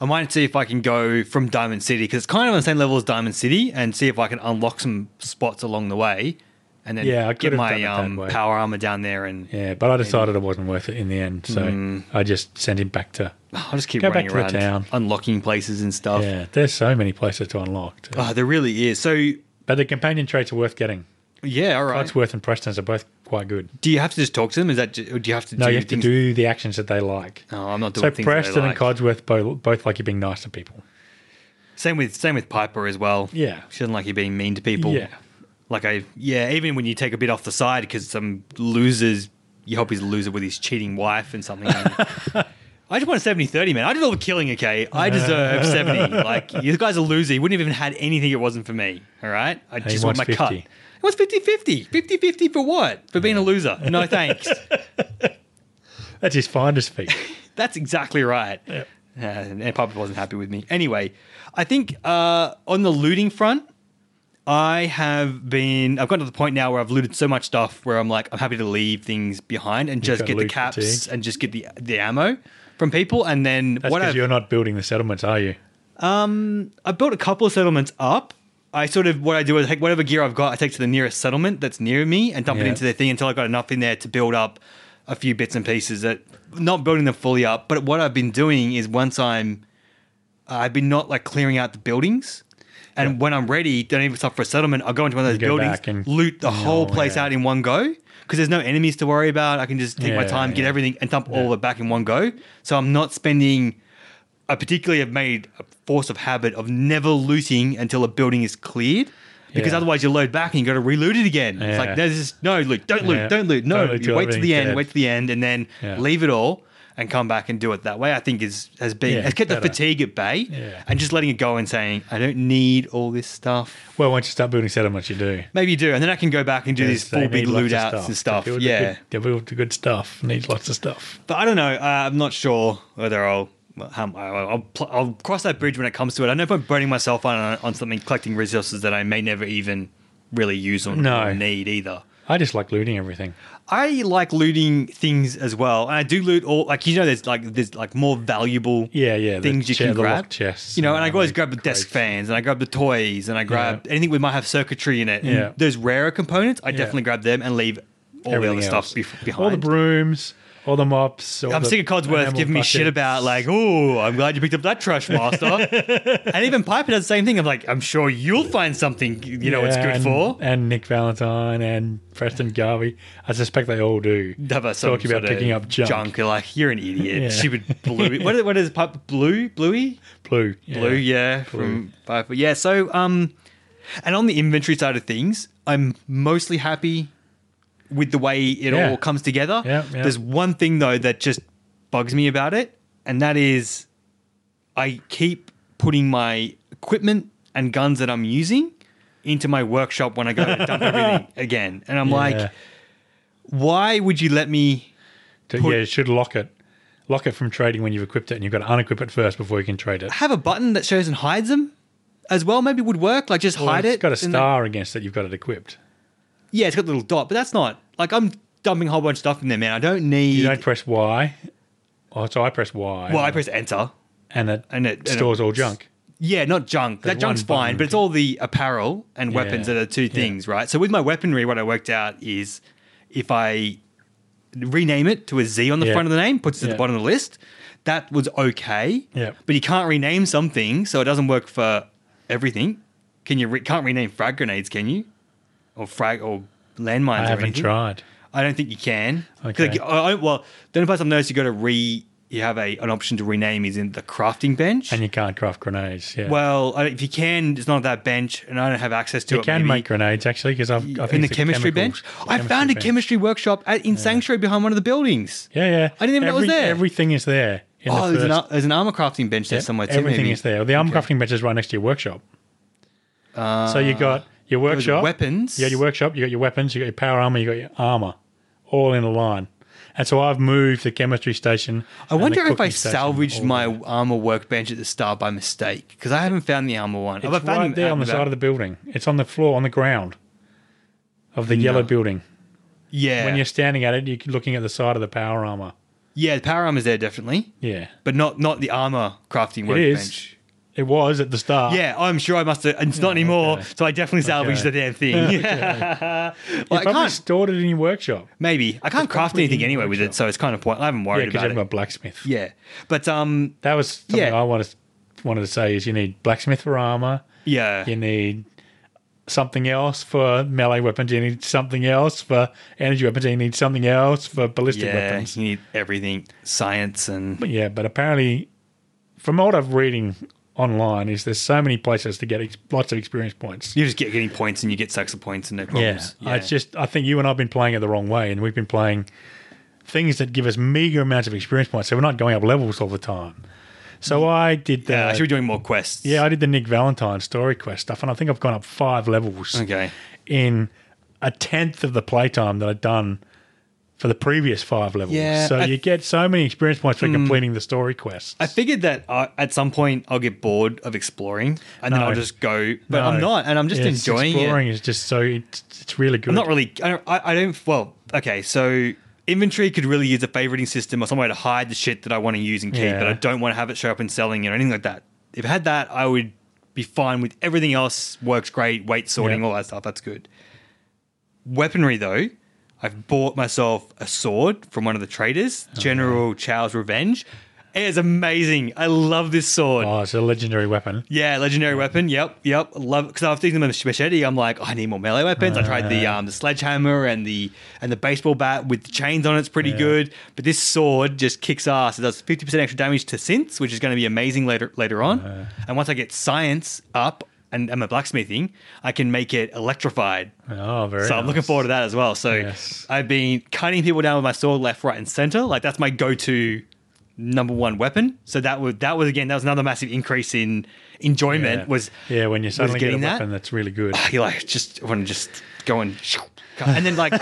S2: I might see if I can go from Diamond City because it's kind of on the same level as Diamond City and see if I can unlock some spots along the way and then
S1: Yeah, I could
S2: get
S1: have
S2: my
S1: done it that
S2: um,
S1: way.
S2: power armor down there and
S1: Yeah, but I decided it wasn't worth it in the end, so
S2: Hmm.
S1: I just sent him back to.
S2: I'll just keep
S1: Go
S2: running
S1: back to
S2: around
S1: the town.
S2: unlocking places and stuff.
S1: Yeah, there's so many places to unlock. too.
S2: Oh, there really is. So,
S1: But the companion traits are worth getting.
S2: Oh, yeah, all right.
S1: Codsworth and Preston's are both quite good.
S2: Do you have to just talk to them? Is that ju- or do you have to
S1: No,
S2: do
S1: you have
S2: things?
S1: to do the actions that they like.
S2: No, I'm not doing
S1: So
S2: things.
S1: Preston
S2: that I like.
S1: and Codsworth both, both like you being nice to people.
S2: Same with same with Piper as well.
S1: Yeah.
S2: she doesn't like you being mean to people.
S1: Yeah.
S2: like I yeah. Even when you take a bit off the side because some losers, you hope he's a loser with his cheating wife and something. I just want 70 30, man. I deserve a killing, okay? I deserve 70. Like, you guys are loser. You wouldn't have even had anything if it wasn't for me. All right? I just want my
S1: wants
S2: cut.
S1: 50.
S2: What's 50 50? 50 50 for what? For being a loser. No thanks.
S1: That's his finder's fee.
S2: That's exactly right. Uh, and Papa wasn't happy with me. Anyway, I think uh, on the looting front, I have been. I've gotten to the point now where I've looted so much stuff where I'm like, I'm happy to leave things behind and just
S1: got
S2: get the
S1: loot
S2: caps
S1: fatigue.
S2: and just get the the ammo from people. And then
S1: That's
S2: what
S1: because
S2: I've
S1: you're not building the settlements, are you?
S2: Um, I built a couple of settlements up. I sort of what I do is I take whatever gear I've got, I take to the nearest settlement that's near me and dump it
S1: Yeah.
S2: into their thing until I got enough in there to build up a few bits and pieces. That not building them fully up, but what I've been doing is once I'm, I've been not like clearing out the buildings. And when I'm ready, don't even stop for a settlement. I'll go into one of those
S1: You go
S2: buildings,
S1: back and-
S2: loot the whole
S1: Oh,
S2: place
S1: yeah.
S2: out in one go because there's no enemies to worry about. I can just take my
S1: Yeah,
S2: time, get
S1: yeah.
S2: everything, and dump all of it back in one go. So I'm not spending. I particularly have made a force of habit of never looting until a building is cleared. Because
S1: Yeah.
S2: otherwise you load back and you got to reloot it again. It's like
S1: Yeah.
S2: no, this is, no loot, don't loot,
S1: Yeah.
S2: don't loot, no.
S1: Don't loot
S2: you
S1: till
S2: wait to the
S1: everything's
S2: end,
S1: dead.
S2: wait to the end, and then
S1: Yeah.
S2: leave it all and come back and do it that way. I think is has been
S1: Yeah,
S2: has kept the
S1: better.
S2: fatigue at bay
S1: Yeah.
S2: and just letting it go and saying I don't need all this stuff.
S1: Well, once you start building settlements, you do.
S2: Maybe you do, and then I can go back and do these
S1: Yes, they
S2: full big
S1: need lots
S2: loot
S1: of
S2: outs and
S1: to
S2: stuff.
S1: build the
S2: Yeah,
S1: good- they build the good stuff. Needs lots of stuff.
S2: but I don't know. Uh, I'm not sure whether I'll. well, hum, I- I'll, I'll, pl- I'll cross that bridge when it comes to it. I know if I'm burning myself on on something, collecting resources that I may never even really use or,
S1: No.
S2: or need either.
S1: I just like looting everything.
S2: I like looting things as well, and I do loot all like you know. There's like there's like more valuable
S1: Yeah, yeah. the
S2: things you
S1: chair-
S2: can
S1: the
S2: grab.
S1: locked chests
S2: you know, and I
S1: all
S2: always
S1: these
S2: grab the desk
S1: crates.
S2: fans, and I grab the toys, and I grab
S1: Yeah.
S2: anything we might have circuitry in it. And
S1: Yeah.
S2: those rarer components, I definitely grab them and leave all
S1: Everything
S2: the other
S1: else.
S2: stuff bef- behind.
S1: All the brooms, all the mops. All
S2: I'm
S1: the
S2: sick of Codsworth
S1: enamel
S2: giving me shit
S1: buckets.
S2: about like, oh, I'm glad you picked up that trash master. and even Piper does the same thing. I'm like, I'm sure you'll find something you know it's
S1: Yeah,
S2: good
S1: and,
S2: for.
S1: And Nick Valentine and Preston Garvey. I suspect they all do.
S2: Have us some
S1: Talking about
S2: sort of
S1: picking up junk.
S2: You're like, you're an idiot.
S1: Yeah.
S2: Stupid blue. What is, what is Piper? Blue? Bluey?
S1: Blue. Yeah.
S2: Blue, yeah. From Piper. Yeah, so, um, and on the inventory side of things, I'm mostly happy with the way it
S1: Yeah.
S2: all comes together.
S1: Yeah, yeah.
S2: There's one thing though that just bugs me about it, and that is I keep putting my equipment and guns that I'm using into my workshop when I go to dump everything again. And I'm
S1: Yeah.
S2: like, why would you let me
S1: To-
S2: put-
S1: yeah, you should lock it. Lock it from trading when you've equipped it, and you've got to unequip it first before you can trade it.
S2: have a button that shows and hides them as well? Maybe would work. Like just hide
S1: Well,
S2: it.
S1: It's got a
S2: and then-
S1: star against it. You've got it equipped.
S2: Yeah, it's got a little dot, but that's not like I'm dumping a whole bunch of stuff in there, man. I don't need.
S1: You don't press Y. Oh, so I press Y.
S2: well, I press enter.
S1: and it
S2: and it- and it-
S1: stores all junk.
S2: Yeah, not junk. That
S1: There's
S2: junk's
S1: one button.
S2: fine, but it's all the apparel and weapons
S1: Yeah.
S2: that are two things, right? So with my weaponry, what I worked out is if I rename it to a Z on the
S1: Yeah.
S2: front of the name, puts it at the
S1: Yeah.
S2: bottom of the list, that was okay.
S1: Yeah.
S2: But you can't rename something, so it doesn't work for everything. Can you re- can't rename frag grenades, can you? Or frag or landmines
S1: I
S2: or
S1: haven't
S2: anything?
S1: tried.
S2: I don't think you can. 'Cause,
S1: Okay.
S2: Like, I, I- well, the only place I've noticed you got to re you have a an option to rename is in the crafting bench.
S1: And you can't craft grenades. Yeah.
S2: Well, I- if you can, it's not that bench, and I don't have access to
S1: you
S2: it.
S1: can
S2: maybe.
S1: make grenades actually because I've I think
S2: in the
S1: it's
S2: chemistry bench.
S1: chemicals-
S2: I
S1: chemistry
S2: found a
S1: bench.
S2: chemistry workshop at, in Sanctuary behind one of the buildings.
S1: Yeah, yeah.
S2: I didn't even know it was
S1: Every-
S2: there.
S1: Everything is there. In
S2: Oh,
S1: the
S2: there's an,
S1: first-
S2: ar- there's an armor crafting bench there somewhere too.
S1: Everything
S2: maybe.
S1: is there. The arm crafting bench is right next to your workshop. so you got your
S2: Those
S1: workshop,
S2: Uh, weapons.
S1: You got your workshop. You got your weapons. You got your power armor. You got your armor, all in a line. And so I've moved the chemistry station.
S2: I wonder if I salvaged my armor workbench at the start by mistake because I haven't found the armor one.
S1: It's right there on the side of the building. It's on the floor on the ground of the yellow building.
S2: yeah.
S1: When you're standing at it, you're looking at the side of the power armor.
S2: yeah, the power armor's there definitely,
S1: Yeah,
S2: but not not the armor crafting
S1: it is.
S2: workbench.
S1: It was at the start.
S2: Yeah, I'm sure I must have. It's not anymore, so I definitely salvaged
S1: Okay.
S2: the damn thing.
S1: you
S2: Well, I
S1: probably
S2: can't.
S1: stored it in your workshop.
S2: Maybe I can't craft
S1: probably in
S2: anything
S1: your
S2: anyway with it,
S1: workshop.
S2: so it's kind of point. I haven't
S1: Yeah,
S2: worried
S1: because
S2: about
S1: I'm
S2: it.
S1: a blacksmith.
S2: Yeah, but um,
S1: That was something
S2: Yeah.
S1: I wanted wanted to say is you need blacksmith for armor.
S2: yeah,
S1: You need something else for melee weapons. You need something else for energy weapons. You need something else for ballistic
S2: yeah,
S1: weapons.
S2: you need everything, science and
S1: But yeah, but apparently, from what I've reading online, is there's so many places to get ex- lots of experience points.
S2: you just get getting points and you get success points and no
S1: Yeah.
S2: problems.
S1: I just I think you and I've been playing it the wrong way, and we've been playing things that give us meager amounts of experience points, so we're not going up levels all the time. Mm. Uh, So I did
S2: yeah, I
S1: that.
S2: should be doing more quests.
S1: Yeah, I did the Nick Valentine story quest stuff, and I think I've gone up five levels
S2: okay.
S1: in a tenth of the playtime that I'd done for the previous five levels.
S2: Yeah,
S1: so
S2: I- Hmm.
S1: you get so many experience points for completing the story quest.
S2: I figured that I, at some point I'll get bored of exploring and then
S1: No.
S2: I'll just go, but I'm
S1: No.
S2: not, and I'm just
S1: Yes,
S2: enjoying it.
S1: exploring is just so it's, it's really good.
S2: I'm not really. I don't, I, I don't. Well, okay. So inventory could really use a favoriting system or somewhere to hide the shit that I want to use and keep,
S1: Yeah.
S2: but I don't want to have it show up in selling or anything like that. If I had that, I would be fine with everything else. Works great, weight sorting,
S1: Yeah.
S2: all that stuff. That's good. Weaponry though, I've bought myself a sword from one of the traders,
S1: Oh,
S2: General Chow's Revenge. It is amazing. I love this sword.
S1: Oh, it's a legendary weapon.
S2: Yeah, legendary weapon. Yep, yep. Love because I've using them with machete. I'm like, "Oh, I need more melee weapons. I tried the um the sledgehammer and the and the baseball bat with the chains on. It's pretty good, but this sword just kicks ass. It does 50 percent extra damage to synths, which is going to be amazing later later on. And once I get science up and I'm a blacksmithing, I can make it electrified.
S1: Oh, very.
S2: So I'm looking
S1: nice.
S2: forward to that as well. So
S1: Yes.
S2: I've been cutting people down with my sword left, right, and center. Like that's my go-to number one weapon. So that was that was again that was another massive increase in enjoyment.
S1: Yeah.
S2: Was
S1: yeah when you suddenly get a
S2: getting that. Ah,
S1: weapon that's really good.
S2: you like just want to just go and shoo, cut. and then like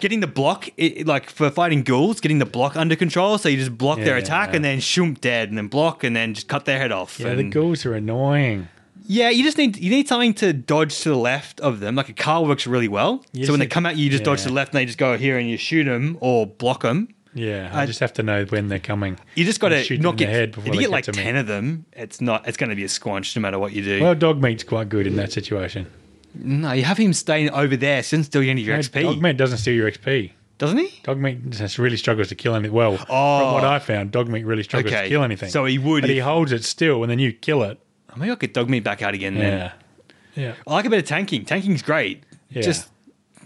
S2: getting the block it, it, like for fighting ghouls, getting the block under control. So you just block their
S1: Yeah.
S2: attack and then shoom dead, and then block and then just cut their head off.
S1: Yeah, the
S2: and-
S1: ghouls are annoying.
S2: yeah, you just need you need something to dodge to the left of them. Like a car works really well.
S1: You
S2: so
S1: just
S2: when they
S1: need-
S2: come at you, you just dodge to the
S1: yeah.
S2: left, and they just go here and you shoot them or block them.
S1: Yeah, I,
S2: I-
S1: just have to know when they're coming.
S2: You just got
S1: And
S2: to
S1: shoot them
S2: not
S1: in
S2: get
S1: the head
S2: if
S1: before
S2: you
S1: they
S2: get
S1: get
S2: like
S1: to me.
S2: ten of them, it's not it's going to be a squanch no matter what you do.
S1: Well, dog meat's quite good in that situation.
S2: no, you have him staying over there. So he doesn't steal you any of your
S1: No,
S2: XP,
S1: Dog meat doesn't steal your XP.
S2: doesn't he?
S1: Dog meat just really struggles to kill anything. Well, from
S2: Oh.
S1: what I found, dog meat really struggles
S2: Okay.
S1: to kill anything.
S2: So he would
S1: but he
S2: if-
S1: holds it still, and then you kill it.
S2: Oh, maybe I could dog me back out again then.
S1: Yeah, yeah.
S2: I like a bit of tanking. Tanking's great.
S1: Yeah.
S2: Just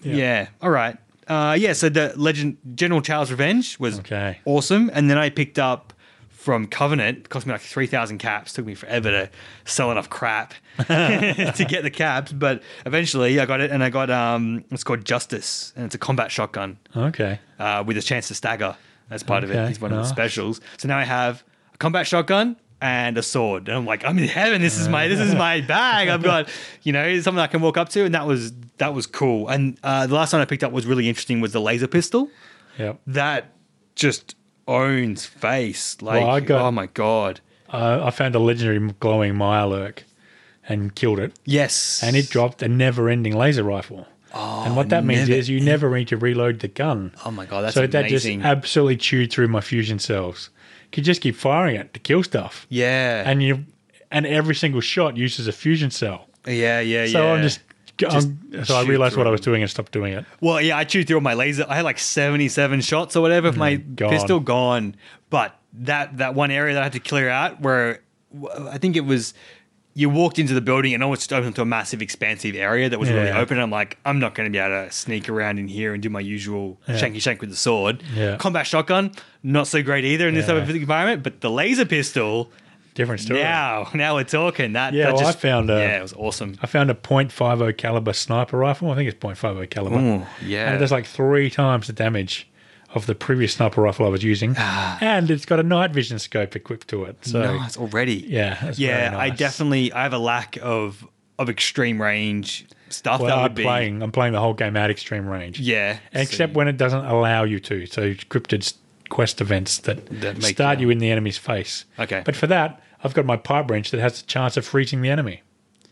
S2: yeah. All right. Uh, yeah. So the legend General Charles Revenge was
S1: Okay.
S2: awesome, and then I picked up from Covenant. It cost me like three thousand caps. Took me forever to sell enough crap to get the caps, but eventually I got it, and I got um, it's called Justice, and it's a combat shotgun
S1: Okay.
S2: uh, with a chance to stagger as part of
S1: Okay,
S2: it. He's one of
S1: nice.
S2: the specials. So now I have a combat shotgun and a sword, and I'm like, I'm in heaven. This is my this is my bag. I've got you know something I can walk up to, and that was that was cool. And uh, the last one I picked up was really interesting was the laser pistol
S1: Yep.
S2: that just owns face. Like,
S1: Well, I got-
S2: oh my god,
S1: Uh, I found a legendary glowing Myalurk and killed it.
S2: yes,
S1: and it dropped a never-ending laser rifle. and what that means
S2: Oh, never
S1: is you never need to reload the gun.
S2: Oh my god, that's
S1: so that just
S2: amazing.
S1: absolutely chewed through my fusion cells. Could just keep firing it to kill stuff,
S2: yeah,
S1: and you, and every single shot uses a fusion cell.
S2: yeah, yeah,
S1: So
S2: yeah.
S1: I'm just, I'm,
S2: Just
S1: so I
S2: shoot
S1: realized what I
S2: through.
S1: was doing and stopped doing it.
S2: Well, yeah, I chewed through all my laser. I had like seventy-seven shots or whatever.
S1: Mm-hmm.
S2: of my
S1: God.
S2: pistol gone, but that that one area that I had to clear out, where w- I think it was, you walked into the building and almost just opened to a massive expansive area that was really
S1: Yeah.
S2: open. I'm like, I'm not going to be able to sneak around in here and do my usual shanky shank with the sword.
S1: Yeah.
S2: Combat shotgun, not so great either in this
S1: Yeah.
S2: type of environment. But the laser pistol,
S1: Different story.
S2: now now we're talking. That
S1: Yeah,
S2: that
S1: well, I
S2: just,
S1: found, uh,
S2: yeah, it was awesome.
S1: I found a .50 caliber sniper rifle. I think it's .50 caliber.
S2: Ooh, yeah.
S1: and it does like three times the damage of the previous sniper rifle I was using, and it's got a night vision scope equipped to it. So
S2: Ah. nice already.
S1: yeah, that's
S2: yeah,
S1: very
S2: I
S1: nice.
S2: definitely I have a lack of of extreme range stuff
S1: Well,
S2: that
S1: I'm
S2: would be
S1: playing. I'm playing the whole game at extreme range.
S2: yeah.
S1: except
S2: so-
S1: when it doesn't allow you to. So cryptid s- quest events that,
S2: That make
S1: start
S2: you-
S1: you in the enemy's face.
S2: Okay.
S1: but for that, I've got my pipe wrench that has the chance of freezing the enemy.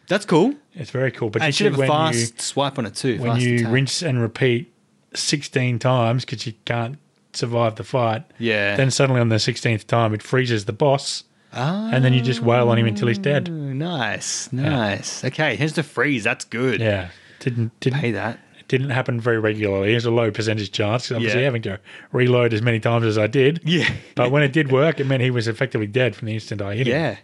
S2: that's cool.
S1: It's very cool. But
S2: And
S1: you
S2: it should
S1: see
S2: have a
S1: when
S2: fast swipe on it too.
S1: you when
S2: fast
S1: you
S2: attack.
S1: rinse and repeat sixteen times because you can't survive the fight.
S2: Yeah.
S1: Then suddenly on the sixteenth time, it freezes the boss, and then you just wail on him until he's
S2: Oh,
S1: dead.
S2: nice, nice. Okay, here's the freeze. That's good.
S1: Yeah. Didn't didn't
S2: Pay that.
S1: It didn't happen very regularly. It was a low percentage chance. 'cause Obviously,
S2: Yeah.
S1: having to reload as many times as I did.
S2: Yeah.
S1: but when it did work, it meant he was effectively dead from the instant I hit him.
S2: Yeah.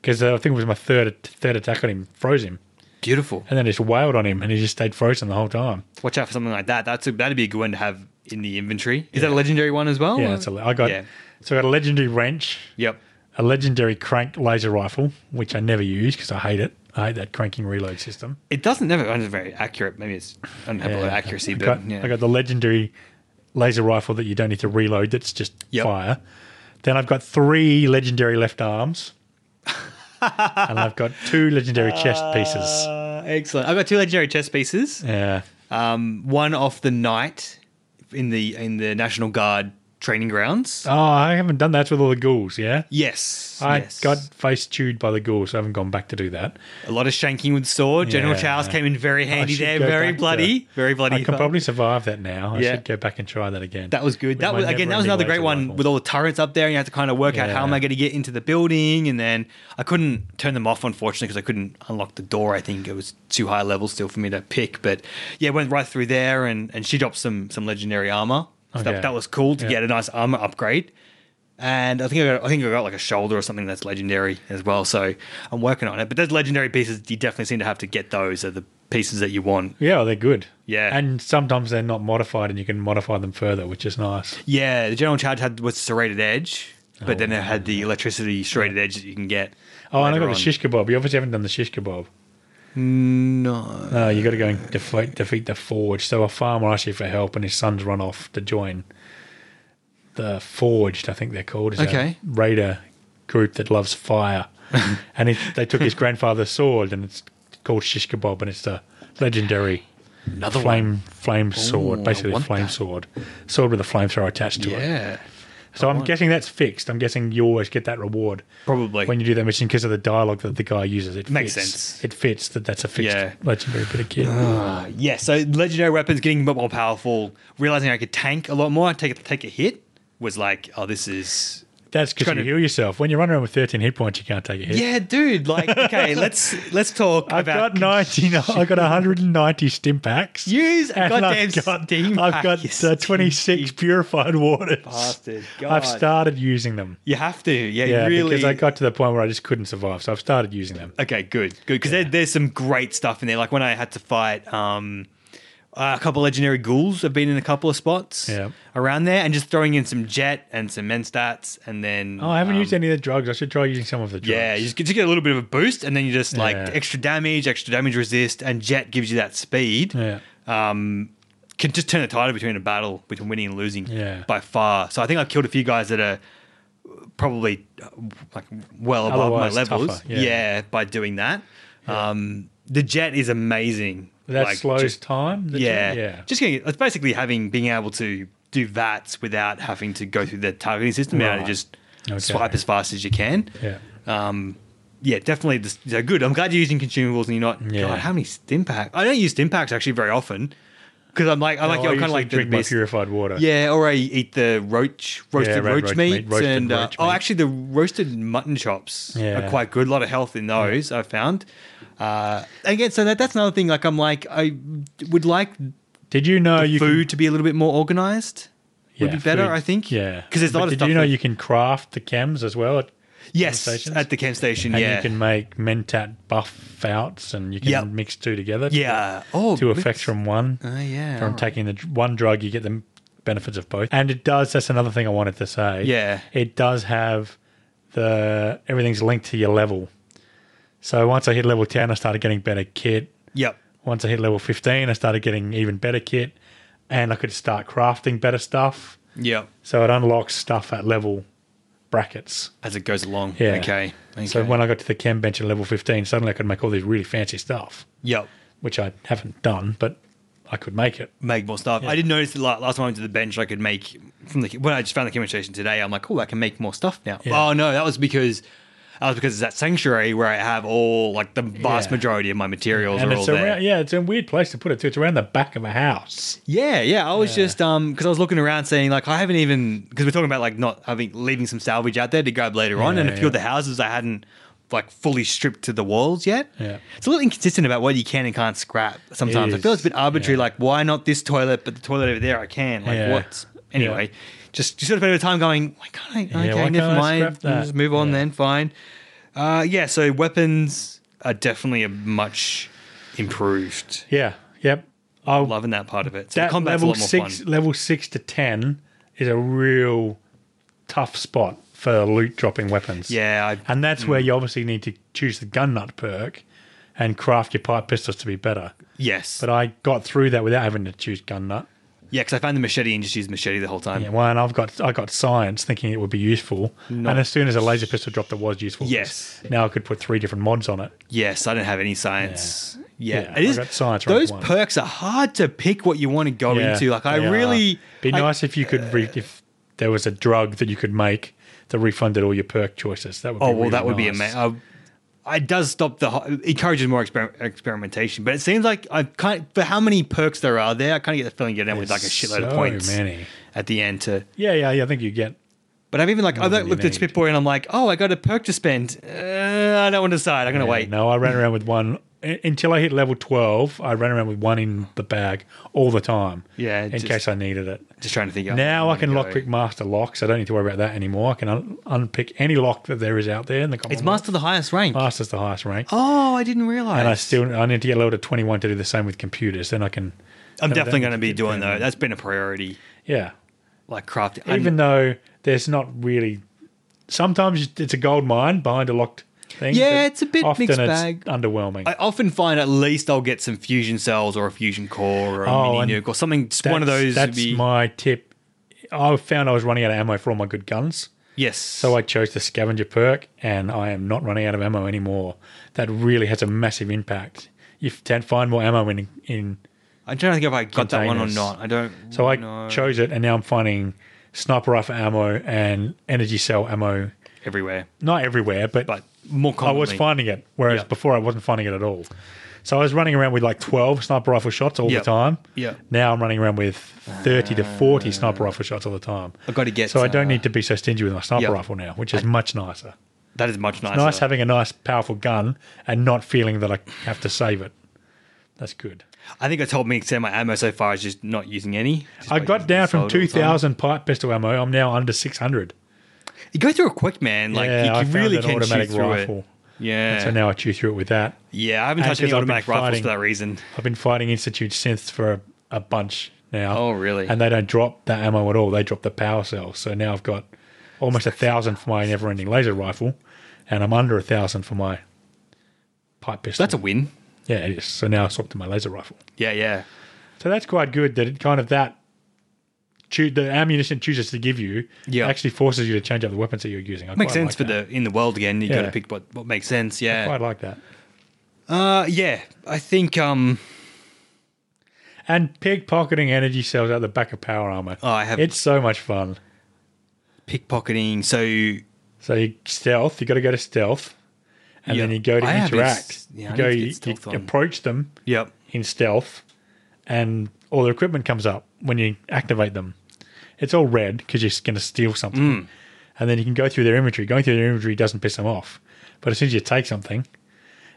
S1: Because I think it was my third third attack on him, froze him,
S2: Beautiful.
S1: and then just wailed on him, and he just stayed frozen the whole time.
S2: Watch out for something like that. That's a, that'd be a good one to have in the inventory. Is that a legendary one as well?
S1: Yeah, that's a, I got.
S2: Yeah.
S1: So I got a legendary wrench,
S2: Yep.
S1: a legendary crank laser rifle, which I never use because I hate it. I hate that cranking reload system.
S2: It doesn't never. It's very accurate. Maybe it's I don't have a lot of accuracy,
S1: I
S2: but
S1: got,
S2: yeah.
S1: I got the legendary laser rifle that you don't need to reload. That's just
S2: Yep.
S1: fire. Then I've got three legendary left arms, and I've got two legendary chest pieces.
S2: Uh, excellent. I've got two legendary chess pieces.
S1: Yeah,
S2: um, one off the knight in the in the National Guard training grounds.
S1: Oh, I haven't done that with all the ghouls, yeah?
S2: yes,
S1: I
S2: yes.
S1: got face chewed by the ghouls, so I haven't gone back to do that.
S2: a lot of shanking with sword. General
S1: Yeah.
S2: Charles came in very handy
S1: should
S2: there.
S1: go
S2: Very
S1: back to-
S2: bloody, very bloody.
S1: I can
S2: but-
S1: probably survive that now. I
S2: Yeah.
S1: should go back and try that again.
S2: That was good.
S1: With
S2: that
S1: my
S2: was again. That was
S1: never-ending
S2: another
S1: laser
S2: great one
S1: rifle.
S2: with all the turrets up there. And you had to kind of work out how am
S1: Yeah.
S2: I going to get into the building, and then I couldn't turn them off unfortunately because I couldn't unlock the door. I think it was too high level still for me to pick. But yeah, went right through there, and and she dropped some some legendary armor. So
S1: Okay.
S2: that, that was cool to
S1: Yeah.
S2: get a nice armor upgrade. And I think I, got, I think I got like a shoulder or something that's legendary as well. So I'm working on it. But those legendary pieces, you definitely seem to have to get those. Are the pieces that you want.
S1: Yeah, well, they're good.
S2: Yeah.
S1: And sometimes they're not modified and you can modify them further, which is nice.
S2: Yeah, the general charge had was serrated edge, but then it had the electricity serrated edge that you can get.
S1: Oh, and I
S2: later
S1: got the
S2: on.
S1: shish kebab. You obviously haven't done the shish kebab.
S2: No.
S1: No, Uh, you got to go and defeat, defeat the forge. So a farmer asked you for help, and his son's run off to join the forged. I think they're called. Is a
S2: Okay.
S1: raider group that loves fire, and it, they took his grandfather's sword, and it's called shish kebab, and it's the legendary
S2: Another
S1: flame flame sword,
S2: Ooh, I
S1: basically
S2: want
S1: flame
S2: that.
S1: sword, sword with a flamethrower attached to it.
S2: Yeah.
S1: So I'm guessing that's fixed. I'm guessing you always get that reward
S2: Probably.
S1: when you do that mission because of the dialogue that the guy uses. It
S2: Makes
S1: fits.
S2: sense.
S1: It fits that that's a fixed
S2: Yeah.
S1: legendary bit of kit.
S2: Uh, yeah, so legendary weapons getting a bit more powerful, realizing I could tank a lot more, take take a hit was like, oh, this is
S1: That's because
S2: Trying
S1: you
S2: to-
S1: heal yourself. When you run around with 13 hit points, you can't take a hit.
S2: yeah, dude. Like, okay, let's let's talk
S1: I've
S2: about
S1: got 90, I've got 190 stim packs.
S2: use a
S1: and
S2: goddamn
S1: I've got,
S2: steam.
S1: I've got
S2: pack, you
S1: uh, 26 purified waters.
S2: Bastard, God.
S1: I've started using them.
S2: You have to, yeah,
S1: Yeah,
S2: you really.
S1: because I got to the point where I just couldn't survive, so I've started using them.
S2: Okay, good, good. Because there, there's some great stuff in there. Like when I had to fight um, a couple legendary ghouls, I've been in a couple of spots
S1: Yeah.
S2: around there, and just throwing in some jet and some men stats, and then
S1: Oh, I haven't used any of the drugs. I should try using some of the drugs.
S2: Um, Yeah, you just get, you get a little bit of a boost, and then you just like
S1: Yeah.
S2: extra damage, extra damage resist, and jet gives you that speed.
S1: Yeah.
S2: Um, can just turn the tide between a battle between winning and losing
S1: Yeah.
S2: by far. So I think I've killed a few guys that are probably uh, like well above
S1: Otherwise
S2: my levels.
S1: tougher,
S2: yeah.
S1: yeah.
S2: by doing that. Um, the jet is amazing.
S1: That
S2: Like,
S1: slows
S2: just-
S1: time. the
S2: yeah,
S1: dr- Yeah.
S2: Just getting it's basically having being able to do VATs without having to go through the targeting system. Right. to
S1: Right.
S2: just
S1: Okay.
S2: swipe as fast as you can.
S1: Yeah.
S2: Um, yeah, definitely. This, they're good. I'm glad you're using consumables and you're not.
S1: Yeah.
S2: God, how many stim packs? I don't use stim packs actually very often because I'm like, I like,
S1: No,
S2: yeah,
S1: Oh, I
S2: I'm kind of
S1: usually
S2: like the
S1: drink my
S2: best-
S1: purified water.
S2: Yeah, or I eat the roach, roasted
S1: ro-
S2: roach,
S1: roach
S2: meats,
S1: meat, roasted
S2: and uh,
S1: roach
S2: oh,
S1: meat.
S2: actually the roasted mutton chops are
S1: Yeah.
S2: quite good. A lot of health in those I found. Uh, again, so that that's another thing. Like I'm like I would like
S1: Did you know you can
S2: food to be a little bit more organized. would be better,
S1: food-
S2: I think.
S1: Yeah,
S2: because there's a lot
S1: But
S2: of
S1: did
S2: stuff.
S1: you know
S2: that-
S1: you can craft the chems as well?
S2: yes
S1: stations?
S2: at the camp station.
S1: And
S2: yeah,
S1: you can make mentat buff outs, and you can
S2: Yep.
S1: mix two together. to-
S2: yeah. Oh,
S1: to effects from one.
S2: Oh yeah,
S1: from
S2: alright.
S1: taking the dr- one drug, you get the benefits of both. And it does. That's another thing I wanted to say.
S2: Yeah.
S1: it does have the everything's linked to your level. So once I hit level ten, I started getting better kit.
S2: Yep.
S1: Once I hit level 15, I started getting even better kit and I could start crafting better stuff.
S2: Yep.
S1: So it unlocks stuff at level brackets.
S2: As it goes along.
S1: Yeah.
S2: Okay. okay.
S1: So when I got to the chem bench at level 15, suddenly I could make all these really fancy stuff,
S2: yep.
S1: which I haven't done, but I could make it.
S2: Make more stuff. I did notice that la- last time I went to the bench, I could make from the when I just found the chemistry station today. I'm like, oh, I can make more stuff now.
S1: Yeah.
S2: Oh no, that was because that was because it's that sanctuary where I have all like the vast
S1: Yeah.
S2: majority of my materials
S1: And
S2: are all
S1: it's
S2: there.
S1: around, yeah, it's a weird place to put it too. It's around the back of a house.
S2: Yeah, yeah. I was just um because I was looking around saying like I haven't even because we're talking about like not having leaving some salvage out there to grab later on, and a
S1: Yeah,
S2: few of the houses I hadn't like fully stripped to the walls yet.
S1: Yeah.
S2: It's a little inconsistent about what you can and can't scrap sometimes. I feel
S1: is,
S2: it's a bit arbitrary,
S1: yeah.
S2: like why not this toilet but the toilet over there I can. Like
S1: Yeah.
S2: what's anyway. Just you sort of spend a bit of time going, why can't I okay,
S1: why
S2: never
S1: can't I
S2: mind.
S1: scrap that?
S2: Just move on
S1: Yeah.
S2: then, fine. Uh yeah, so weapons are definitely a much improved.
S1: Yeah, yep. I
S2: Loving that part of it. So
S1: that
S2: combat's a
S1: level
S2: lot more
S1: six,
S2: fun.
S1: level six to ten is a real tough spot for loot dropping weapons.
S2: Yeah, Mm. I,
S1: and that's where you obviously need to choose the gun nut perk and craft your pipe pistols to be better.
S2: Yes.
S1: But I got through that without having to choose gun nut.
S2: yeah, because I found the machete and just used machete the whole time.
S1: Yeah, well, and I've got I got science thinking it would be useful, and as soon as a laser pistol dropped, it was useful. 'cause
S2: Yes.
S1: now I could put three different mods on it.
S2: Yes, I didn't have any science. Yeah,
S1: Yeah,
S2: it
S1: I
S2: is.
S1: got science rank
S2: those
S1: one.
S2: perks are hard to pick what you want to go
S1: Yeah,
S2: into. Oh, Like, I
S1: they are.
S2: really
S1: be
S2: I-
S1: nice if you could re- if there was a drug that you could make that refunded all your perk choices. That would be
S2: Oh well,
S1: really
S2: that would be
S1: nice.
S2: amazing. Uh, it does stop the ho- encourages more exper- experimentation, but it seems like I kind of, for how many perks there are there, I kind of get the feeling you're down with like a shitload of
S1: so
S2: points
S1: many.
S2: at the end to.
S1: Yeah, yeah, yeah. I think you get.
S2: But I've even like I've
S1: than
S2: like,
S1: you
S2: looked at
S1: need.
S2: Spitboy and I'm like, oh, I got a perk to spend. Uh, I don't want to decide. I'm gonna wait.
S1: No, I ran around with one u- until I hit level twelve. I ran around with one in the bag all the time.
S2: Yeah,
S1: in
S2: just-
S1: case I needed it.
S2: Just trying to think.
S1: Now I
S2: I'm
S1: can
S2: gonna go.
S1: lockpick master locks. I don't need to worry about that anymore. I can un- unpick any lock that there is out there in the common.
S2: It's master the highest rank.
S1: Master's the highest rank.
S2: oh, I didn't realize.
S1: And I still I need to get level to twenty one to do the same with computers. Then I can
S2: I'm
S1: I
S2: definitely
S1: don't
S2: going to be
S1: think
S2: doing though.
S1: that-
S2: That's been a priority.
S1: yeah.
S2: Like crafting. I'm-
S1: Even though there's not really sometimes it's a gold mine behind a locked thing.
S2: Yeah,
S1: but
S2: it's a bit
S1: often
S2: mixed
S1: it's
S2: bag.
S1: Underwhelming.
S2: I often find at least I'll get some fusion cells or a fusion core or a
S1: Oh,
S2: mini
S1: and
S2: nuke or something. just One of
S1: That's-
S2: those would
S1: That's
S2: be
S1: my tip. I found I was running out of ammo for all my good guns.
S2: yes.
S1: So I chose the scavenger perk, and I am not running out of ammo anymore. That really has a massive impact. You f- can find more ammo in. in
S2: I don't think if I got that one or
S1: Containers.
S2: not. I don't.
S1: so I
S2: know.
S1: chose it, and now I'm finding sniper rifle ammo and energy cell ammo.
S2: everywhere,
S1: Not everywhere, but,
S2: but more
S1: I
S2: commonly.
S1: was finding it, whereas
S2: Yeah.
S1: before I wasn't finding it at all. So I was running around with like 12 sniper rifle shots all
S2: Yep.
S1: the time.
S2: Yeah. Ah.
S1: Now I'm running around with 30 to 40 sniper rifle shots all the time.
S2: I've got to get.
S1: So I don't
S2: uh,
S1: need to be so stingy with my sniper
S2: yeah.
S1: rifle now, which is much nicer.
S2: That is much nicer.
S1: Nice having a nice, powerful gun and not feeling that I have to save it. That's good.
S2: I think I told me except my ammo so far is just not using any. Just
S1: I
S2: by
S1: got
S2: using
S1: down from
S2: solid all the time.
S1: 2,000 pipe pistol ammo. I'm now under 600.
S2: You go through it quick, man. Like
S1: Yeah,
S2: you,
S1: I
S2: can
S1: found
S2: really
S1: an
S2: can
S1: automatic
S2: shoot through
S1: rifle.
S2: it. Yeah.
S1: So now I chew through it with that.
S2: yeah, I haven't
S1: And
S2: touched any
S1: because I've been
S2: automatic rifles
S1: fighting-
S2: for that reason.
S1: I've been fighting Institute synths for a, a bunch now.
S2: Oh, really?
S1: And they don't drop that ammo at all. They drop the power cells. So now I've got almost a thousand for my never-ending laser rifle, and I'm under a thousand for my pipe pistol.
S2: That's a win.
S1: yeah, it is. So now I swapped to my laser rifle.
S2: Yeah, yeah.
S1: So that's quite good that it kind of that choo- the ammunition it chooses to give you
S2: Yeah.
S1: actually forces you to change up the weapons that you're using. I quite
S2: Makes sense
S1: like
S2: for
S1: that.
S2: the in the world again. You got to
S1: Yeah.
S2: pick what what makes sense.
S1: I
S2: Yeah.
S1: quite like that.
S2: Uh, yeah. I think um.
S1: And pickpocketing energy cells out the back of power armor.
S2: Oh, I have-
S1: It's so much fun.
S2: pickpocketing. So you
S1: So you stealth, you got to go to stealth, and
S2: Yeah.
S1: then you go to
S2: I have
S1: interact.
S2: ins- yeah, I
S1: you go,
S2: need to get
S1: you, you
S2: stealth on.
S1: approach them
S2: yep.
S1: in stealth, and all their equipment comes up when you activate them. It's all red because you're going to steal
S2: Mm.
S1: something, and then you can go through their inventory. Going through their inventory doesn't piss them off, but as soon as you take something,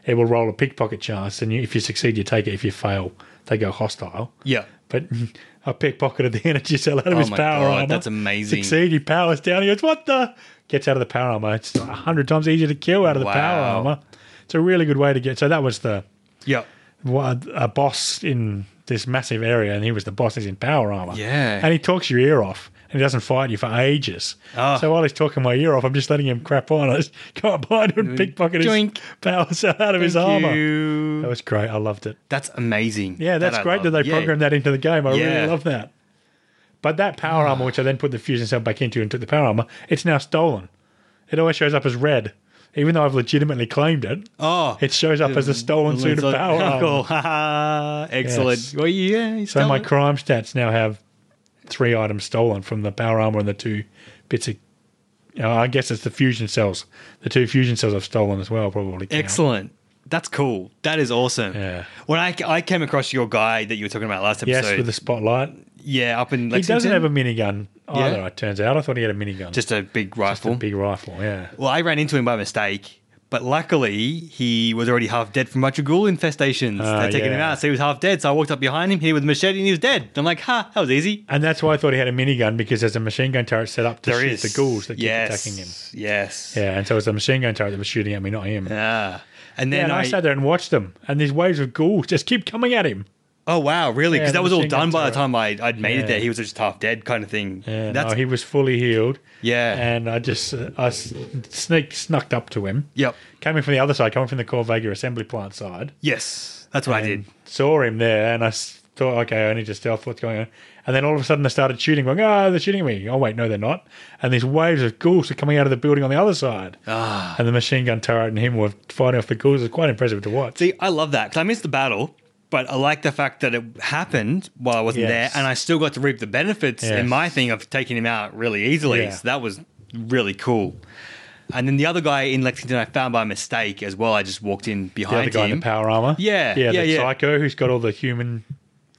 S1: it will roll a pickpocket chance, and you, if you succeed, you take it. If you fail, they go hostile.
S2: Yeah.
S1: But I pickpocketed the energy cell out of
S2: Oh
S1: his
S2: my
S1: power
S2: God,
S1: armor.
S2: that's amazing.
S1: Succeed, he powers down. He goes, "What the?" Gets out of the power armor. It's a hundred times easier to kill out of the power
S2: Wow.
S1: armor. It's a really good way to get. So that was the
S2: Yep.
S1: what, a boss in this massive area, and he was the boss. He's in power armor.
S2: Yeah.
S1: and he talks your ear off, and he doesn't fight you for ages.
S2: Ah.
S1: So while he's talking my ear off, I'm just letting him crap on. I just go up behind him and pickpocket his
S2: Mm. Joink.
S1: power cell out of his
S2: Thank
S1: armor.
S2: you.
S1: That was great. I loved it.
S2: That's amazing.
S1: Yeah, that's
S2: That I
S1: great that
S2: love.
S1: they
S2: Yeah.
S1: programmed that into the game. I
S2: Yeah. Ah.
S1: really love that. But that power armor, which I then put the fusion cell back into and took the power armor, it's now stolen. It always shows up as red, even though I've legitimately claimed it.
S2: Oh,
S1: It shows up as a stolen suit of power armor.
S2: Cool. Ha, ha. Excellent.
S1: Yes.
S2: Well, yeah. you
S1: So
S2: stole
S1: my
S2: it.
S1: crime stats now have three items stolen from the power armor and the two bits of. uh, I guess it's the fusion cells. The two fusion cells I've stolen as well, probably. count.
S2: Excellent. That's cool. That is awesome.
S1: Yeah.
S2: When I, I came across your guy that you were talking about last episode,
S1: Yes, with the spotlight.
S2: yeah, up in Lexington,
S1: He doesn't have a minigun either,
S2: Yeah.
S1: it turns out. I thought he had a minigun.
S2: just a big rifle.
S1: a big rifle, yeah.
S2: Well, I ran into him by mistake, but luckily he was already half dead from bunch of ghoul infestations.
S1: Ah,
S2: They're taking him
S1: yeah.
S2: out, so he was half dead. So I walked up behind him, hit him with a machete, and he was dead. I'm like, ha, that was easy.
S1: And that's why I thought he had a minigun because there's a machine gun turret set up to
S2: There
S1: shoot
S2: is
S1: the ghouls that
S2: yes,
S1: keep attacking him.
S2: Yes.
S1: Yeah, and so it's a machine gun turret that was shooting at me, not him. Yeah,
S2: Ah. And then
S1: and I,
S2: I,
S1: sat there and watched them, and these waves of ghouls just keep coming at him.
S2: oh wow, really? Because
S1: Yeah,
S2: that
S1: the
S2: was all
S1: machine
S2: done
S1: gun
S2: by the
S1: turret.
S2: time I, I'd made it
S1: Yeah.
S2: there. He was just half dead, kind of thing.
S1: Yeah,
S2: That's
S1: no, he was fully healed.
S2: Yeah.
S1: and I just uh, I s- sneaked snuck up to him.
S2: Yep.
S1: coming from the other side, coming from the Corvaga assembly plant side.
S2: yes. That's what I did.
S1: and Saw him there, and I s- thought, okay, I need to stealth. What's going on? And then all of a sudden, they started shooting. Going, oh, they're shooting at me. Oh wait, no, they're not. And these waves of ghouls are coming out of the building on the other side.
S2: Ah.
S1: And the machine gun turret and him were fighting off the ghouls. It's quite impressive to watch.
S2: See, I love that because I missed the battle, But I like the fact that it happened while I wasn't
S1: Yes.
S2: there, and I still got to reap the benefits
S1: Yes.
S2: in my thing of taking him out really easily.
S1: Yeah.
S2: So that was really cool. And then the other guy in Lexington, I found by mistake as well. I just walked in
S1: The other
S2: behind
S1: guy in
S2: him.
S1: the power armor.
S2: Yeah,
S1: Yeah,
S2: yeah,
S1: the
S2: yeah.
S1: psycho who's got all the human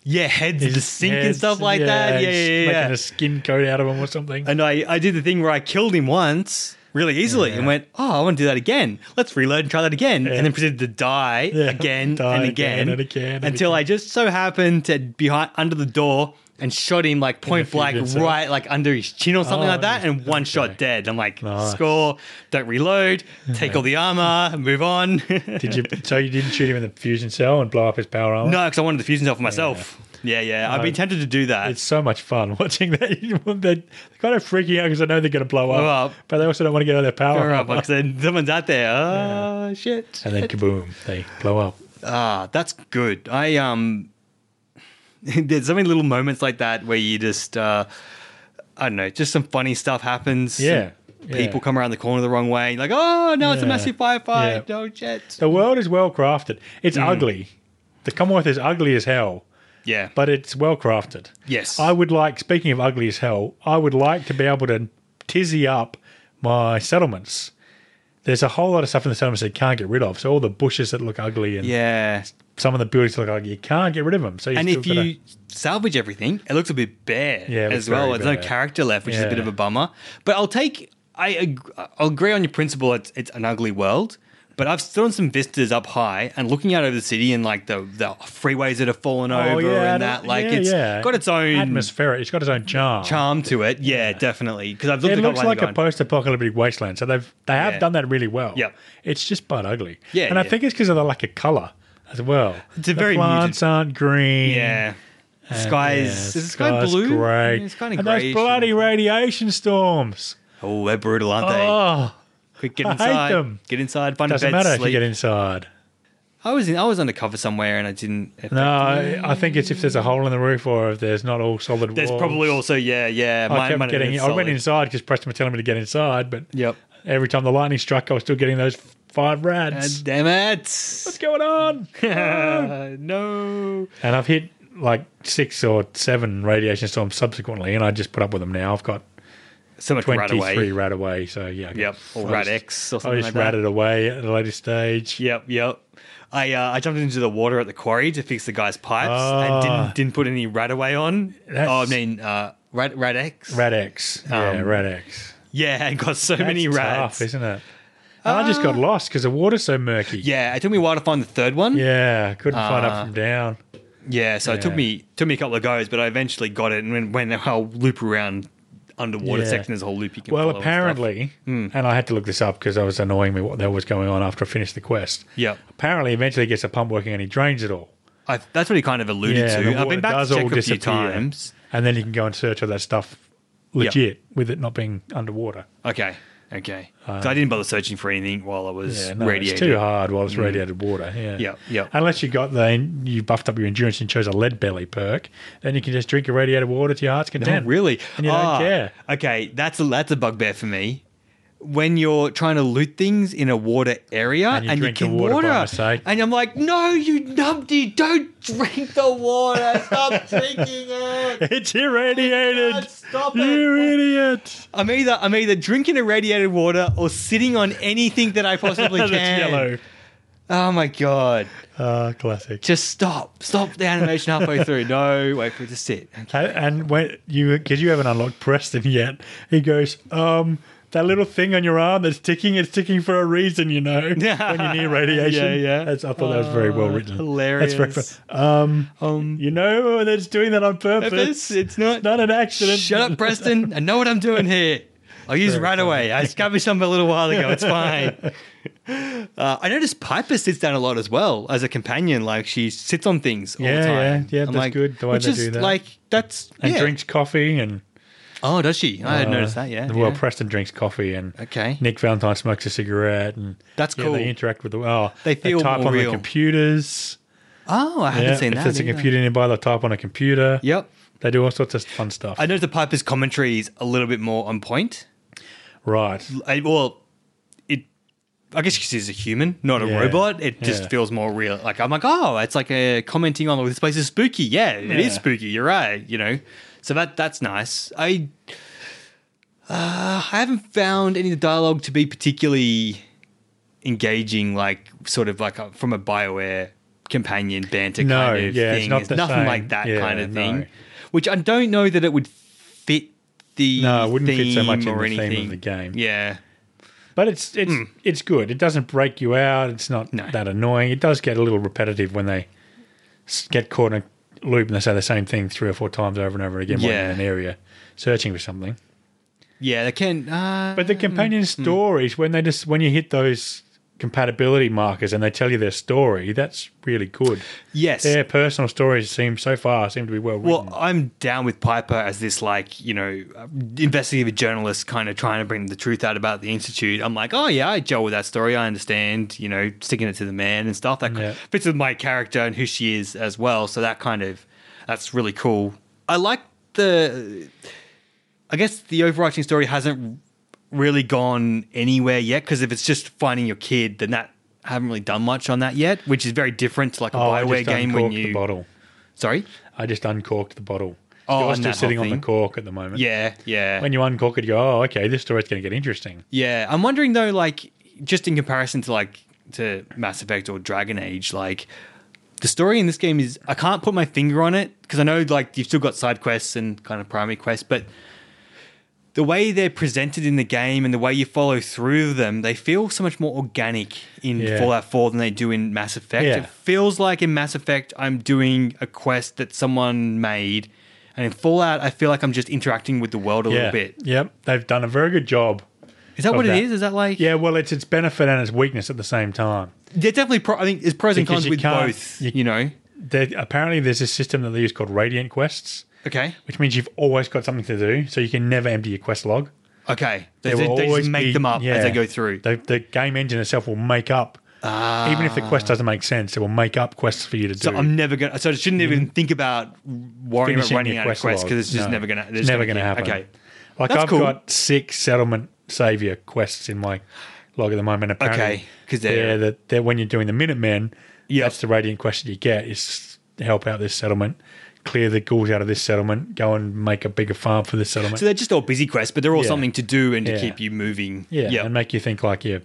S2: yeah, heads in the sink and
S1: heads.
S2: stuff like that. Yeah,
S1: he's
S2: yeah, yeah.
S1: Making a skin coat out of him or something.
S2: And I, I did the thing where I killed him once really easily and went, oh, I want to do that again. Let's reload and try that again. And then proceeded to die
S1: Yeah.
S2: again
S1: Die
S2: and
S1: again
S2: again,
S1: and again and
S2: until I just so happened to behind under the door and shot him like point
S1: the
S2: blank
S1: future itself.
S2: right like under his chin or something
S1: Oh,
S2: like that and one shot dead. I'm like,
S1: Nice.
S2: score, don't reload, take all the armor, move on.
S1: Did you? So you didn't shoot him in the fusion cell and blow up his power armor?
S2: no, because I wanted to fuse myself for myself. Yeah, yeah. I've been tempted to do that.
S1: It's so much fun watching that. They're kind of freaking out because they know they're going to blow up,
S2: Blow up.
S1: but they also don't want to get out of their power. armor.
S2: Because then someone's out there. Oh, shit.
S1: And then kaboom, they blow up.
S2: Ah, that's good. I um, there's so many little moments like that where you just uh, I don't know, just some funny stuff happens.
S1: Yeah,
S2: Some
S1: yeah.
S2: people come around the corner the wrong way, like oh no, it's a
S1: Yeah,
S2: massive firefight.
S1: yeah.
S2: No jet.
S1: The world is well crafted. It's
S2: Mm.
S1: ugly. The Commonwealth is ugly as hell,
S2: Yeah,
S1: but it's well crafted.
S2: Yes.
S1: I would like. Speaking of ugly as hell, I would like to be able to tizzy up my settlements. There's a whole lot of stuff in the settlements that you can't get rid of. So all the bushes that look ugly and
S2: yeah.
S1: some of the buildings that look ugly, you can't get rid of them. So you
S2: And
S1: still
S2: if
S1: gotta-
S2: you salvage everything, it looks a bit bare
S1: Yeah, it looks
S2: as well.
S1: very
S2: There's no
S1: bare.
S2: character left, which is a bit
S1: Yeah.
S2: of a bummer. But I'll take. I ag- I'll agree on your principle. It's it's an ugly world, but I've thrown some vistas up high and looking out over the city and like the the freeways that have fallen
S1: Oh,
S2: over and that. Like
S1: it's
S2: it's got its own
S1: atmospheric. It's got its own charm.
S2: charm to it. Yeah, definitely. Because I've
S1: It
S2: looked at
S1: looks
S2: couple
S1: like
S2: like
S1: a post-apocalyptic wasteland. So they've they have
S2: Yeah.
S1: done that really well.
S2: Yep.
S1: It's just but ugly.
S2: Yeah,
S1: and I
S2: yeah.
S1: think it's because of the lack of color as well.
S2: It's a
S1: the
S2: very
S1: plants aren't green.
S2: yeah. The
S1: and
S2: sky
S1: Uh, yeah,
S2: is,
S1: the
S2: is the sky
S1: sky's
S2: blue?
S1: Grey.
S2: Yeah, It's kind of
S1: and those
S2: grey.
S1: bloody radiation storms.
S2: Oh, they're brutal, aren't they?
S1: Oh,
S2: Quick, get
S1: I
S2: inside.
S1: hate them.
S2: Get inside. Find
S1: doesn't
S2: a bed.
S1: matter if
S2: sleep.
S1: you get inside.
S2: I was in, I was undercover somewhere and I didn't.
S1: No, I I think it's if there's a hole in the roof or if there's not all solid
S2: There's
S1: walls.
S2: probably also yeah
S1: I
S2: yeah.
S1: kept
S2: might have been
S1: getting. I
S2: solid.
S1: went inside because Preston was telling me to get inside, but
S2: Yep.
S1: every time the lightning struck, I was still getting those five
S2: Ah,
S1: rads.
S2: damn
S1: What's
S2: it!
S1: going on?
S2: Ah, no.
S1: and I've hit like six or seven radiation storms subsequently, and I just put up with them now. I've got
S2: So much right away.
S1: twenty-three rad away, so yeah. I
S2: Yep.
S1: guess.
S2: Or
S1: I
S2: rat
S1: just-
S2: X or
S1: I
S2: something
S1: just
S2: like that.
S1: ratted away at the later stage.
S2: Yep. Yep. I uh, I jumped into the water at the quarry to fix the guy's pipes
S1: Ah.
S2: and didn't didn't put any rat away on.
S1: That's-
S2: Oh, I mean uh, rat rat X.
S1: Rad X, yeah,
S2: Um,
S1: Rad X.
S2: Yeah, and got so
S1: That's
S2: many rats.
S1: tough, isn't it? And I just got lost because the water's so murky.
S2: yeah, it took me a while to find the third one.
S1: yeah, couldn't find
S2: Ah.
S1: up from down.
S2: Yeah, so it took
S1: Yeah.
S2: me took me a couple of goes, but I eventually got it. And when when I'll loop around underwater
S1: Yeah.
S2: section, there's a whole loop you can.
S1: Well,
S2: follow and stuff. Hmm.
S1: apparently, and, I had to look this up because I was annoying me what the hell was going on after I finished the quest.
S2: yeah,
S1: Apparently, eventually he gets a pump working and he drains it all.
S2: I, that's what he kind of alluded
S1: and the
S2: to. I've
S1: water
S2: been back
S1: does
S2: to check
S1: all
S2: a few
S1: disappear.
S2: times.
S1: And then you can go and search all that stuff legit with it not being underwater.
S2: Okay, okay. so I didn't bother searching for anything while I was
S1: Uh, Yeah, no,
S2: radiated.
S1: it's
S2: Mm.
S1: too hard while it's radiated water. Yeah,
S2: Yeah, yeah.
S1: Unless you got the you buffed up your endurance and chose a lead belly perk, then you can just drink your radiated water to your heart's
S2: Oh,
S1: content.
S2: really? Ah,
S1: And you don't care.
S2: Okay, that's a that's a bugbear for me. When you're trying to loot things in a water area and
S1: you
S2: you,
S1: drink the
S2: can
S1: water
S2: water,
S1: by mistake.
S2: and I'm like, no, you numpty, don't drink the water. Stop drinking it.
S1: It's irradiated.
S2: God, stop it.
S1: you idiot!
S2: I'm either I'm either drinking irradiated water or sitting on anything that I possibly
S1: That's
S2: can.
S1: yellow.
S2: Oh my god!
S1: Ah, classic.
S2: Just stop, stop the animation halfway through. No, wait for it to sit.
S1: And- And when you, because you haven't unlocked Preston yet, he goes, um, that little thing on your arm that's ticking, it's ticking for a reason, you know, when you're near radiation.
S2: Yeah, yeah.
S1: That's, I thought that was very well
S2: Oh,
S1: written.
S2: hilarious.
S1: That's very, um,
S2: Um,
S1: you know, that's doing that on purpose.
S2: purpose, it's not.
S1: Not an accident.
S2: Shut up, Preston. I know what I'm doing here. I use
S1: Very
S2: right away. I discovered something a little while ago. It's fine. Uh, I noticed Piper sits down a lot as well as a companion. Like she sits on things all
S1: Yeah,
S2: the time.
S1: yeah, yeah, that's good, the way
S2: which
S1: they
S2: is
S1: do that.
S2: Like that's
S1: And
S2: yeah.
S1: drinks coffee and
S2: Oh, does she? I had
S1: uh,
S2: noticed that. Yeah.
S1: Well,
S2: yeah.
S1: Preston drinks coffee and
S2: Okay.
S1: Nick Valentine smokes a cigarette and
S2: That's
S1: yeah,
S2: cool.
S1: they interact with the oh,
S2: They feel
S1: type
S2: more
S1: on
S2: real.
S1: the computers.
S2: Oh, I haven't
S1: Yeah,
S2: seen
S1: if
S2: that.
S1: there's a
S2: either.
S1: computer nearby, they type on a computer.
S2: Yep.
S1: They do all sorts of fun stuff.
S2: I noticed the Piper's commentary is a little bit more on point.
S1: right.
S2: I, well, it I guess because he's a human, not a
S1: Yeah.
S2: robot, it just
S1: Yeah.
S2: feels more real. Like I'm like, oh, it's like a commenting on oh, this place is spooky. Yeah, it is
S1: Yeah.
S2: spooky. You're right. You know, so that that's nice. I uh, I haven't found any of the dialogue to be particularly engaging, like sort of like a, from a Bioware companion banter
S1: No,
S2: kind of
S1: yeah, it's
S2: thing.
S1: not the
S2: nothing
S1: same.
S2: like that
S1: Yeah,
S2: kind of
S1: no.
S2: thing, which I don't know that it would fit the
S1: No, it wouldn't fit so much
S2: theme
S1: in
S2: or
S1: the theme of
S2: anything.
S1: the game.
S2: Yeah. Hmm.
S1: But it's it's it's good. It doesn't break you out. It's not
S2: No.
S1: that annoying. It does get a little repetitive when they s- get caught in a loop and they say the same thing three or four times over and over again when
S2: Yeah.
S1: you're in an area searching for something.
S2: Yeah, they can. Uh,
S1: But the companion stories when they just when you hit those compatibility markers and they tell you their story, that's really good.
S2: yes,
S1: Their personal stories seem so far seem to be well written.
S2: Well, I'm down with Piper as this, like, you know, investigative journalist kind of trying to bring the truth out about the Institute. I'm like, oh, yeah, I gel with that story. I understand, you know, sticking it to the man and stuff. That
S1: Yeah.
S2: fits with my character and who she is as well. So that kind of, that's really cool. I like the, I guess the overarching story hasn't really gone anywhere yet because if it's just finding your kid, then that, I haven't really done much on that yet, which is very different to like a
S1: oh, I
S2: Bioware
S1: just
S2: game
S1: uncorked
S2: when
S1: the
S2: you.
S1: bottle.
S2: Sorry?
S1: I just uncorked the bottle.
S2: Oh,
S1: You're
S2: and
S1: still
S2: that whole
S1: sitting on
S2: thing.
S1: the cork at the moment.
S2: Yeah, yeah.
S1: When you uncork it, you go, oh, okay, this story's going to get interesting.
S2: Yeah, I'm wondering though, like just in comparison to like to Mass Effect or Dragon Age, like the story in this game is I can't put my finger on it because I know like you've still got side quests and kind of primary quests, but the way they're presented in the game and the way you follow through them, they feel so much more organic in
S1: Yeah.
S2: Fallout 4 than they do in Mass Effect.
S1: Yeah.
S2: It feels like in Mass Effect I'm doing a quest that someone made, and in Fallout I feel like I'm just interacting with the world a
S1: yeah.
S2: little bit.
S1: Yep. They've done a very good job.
S2: Is that
S1: Of
S2: what
S1: that.
S2: it is? Is that like
S1: Yeah, well, it's its benefit and its weakness at the same time.
S2: There definitely, pro- I think, there's pros and
S1: Because
S2: cons
S1: you
S2: with
S1: can't-
S2: both. You,
S1: you-
S2: know,
S1: There, apparently, there's a system that they use called Radiant Quests,
S2: okay,
S1: which means you've always got something to do, so you can never empty your quest log.
S2: okay. They,
S1: There
S2: they,
S1: will
S2: they just
S1: always
S2: make
S1: be-
S2: them up as
S1: yeah.
S2: they go through.
S1: The, the game engine itself will make up, even if the quest doesn't make sense, it will make up quests for you to do.
S2: Ah.
S1: Mm-hmm.
S2: So I'm never gonna. So I shouldn't even think about worrying about
S1: Finishing
S2: running
S1: your
S2: out of quests
S1: log.
S2: because it's just
S1: No.
S2: never gonna. they're
S1: It's
S2: just
S1: never going to happen.
S2: keep- Okay.
S1: Like
S2: That's
S1: I've
S2: cool.
S1: got six settlement savior quests in my log at the moment. Apparently,
S2: Okay, 'cause
S1: they're,
S2: they're-
S1: the- they're- when you're doing the Minutemen,
S2: Yep.
S1: that's the radiant quest that you get is to help out this settlement, clear the ghouls out of this settlement, go and make a bigger farm for this settlement.
S2: So they're just all busy quests, but they're all
S1: Yeah.
S2: something to do and to
S1: Yeah.
S2: keep you moving.
S1: yeah,
S2: Yep.
S1: and make you think like you're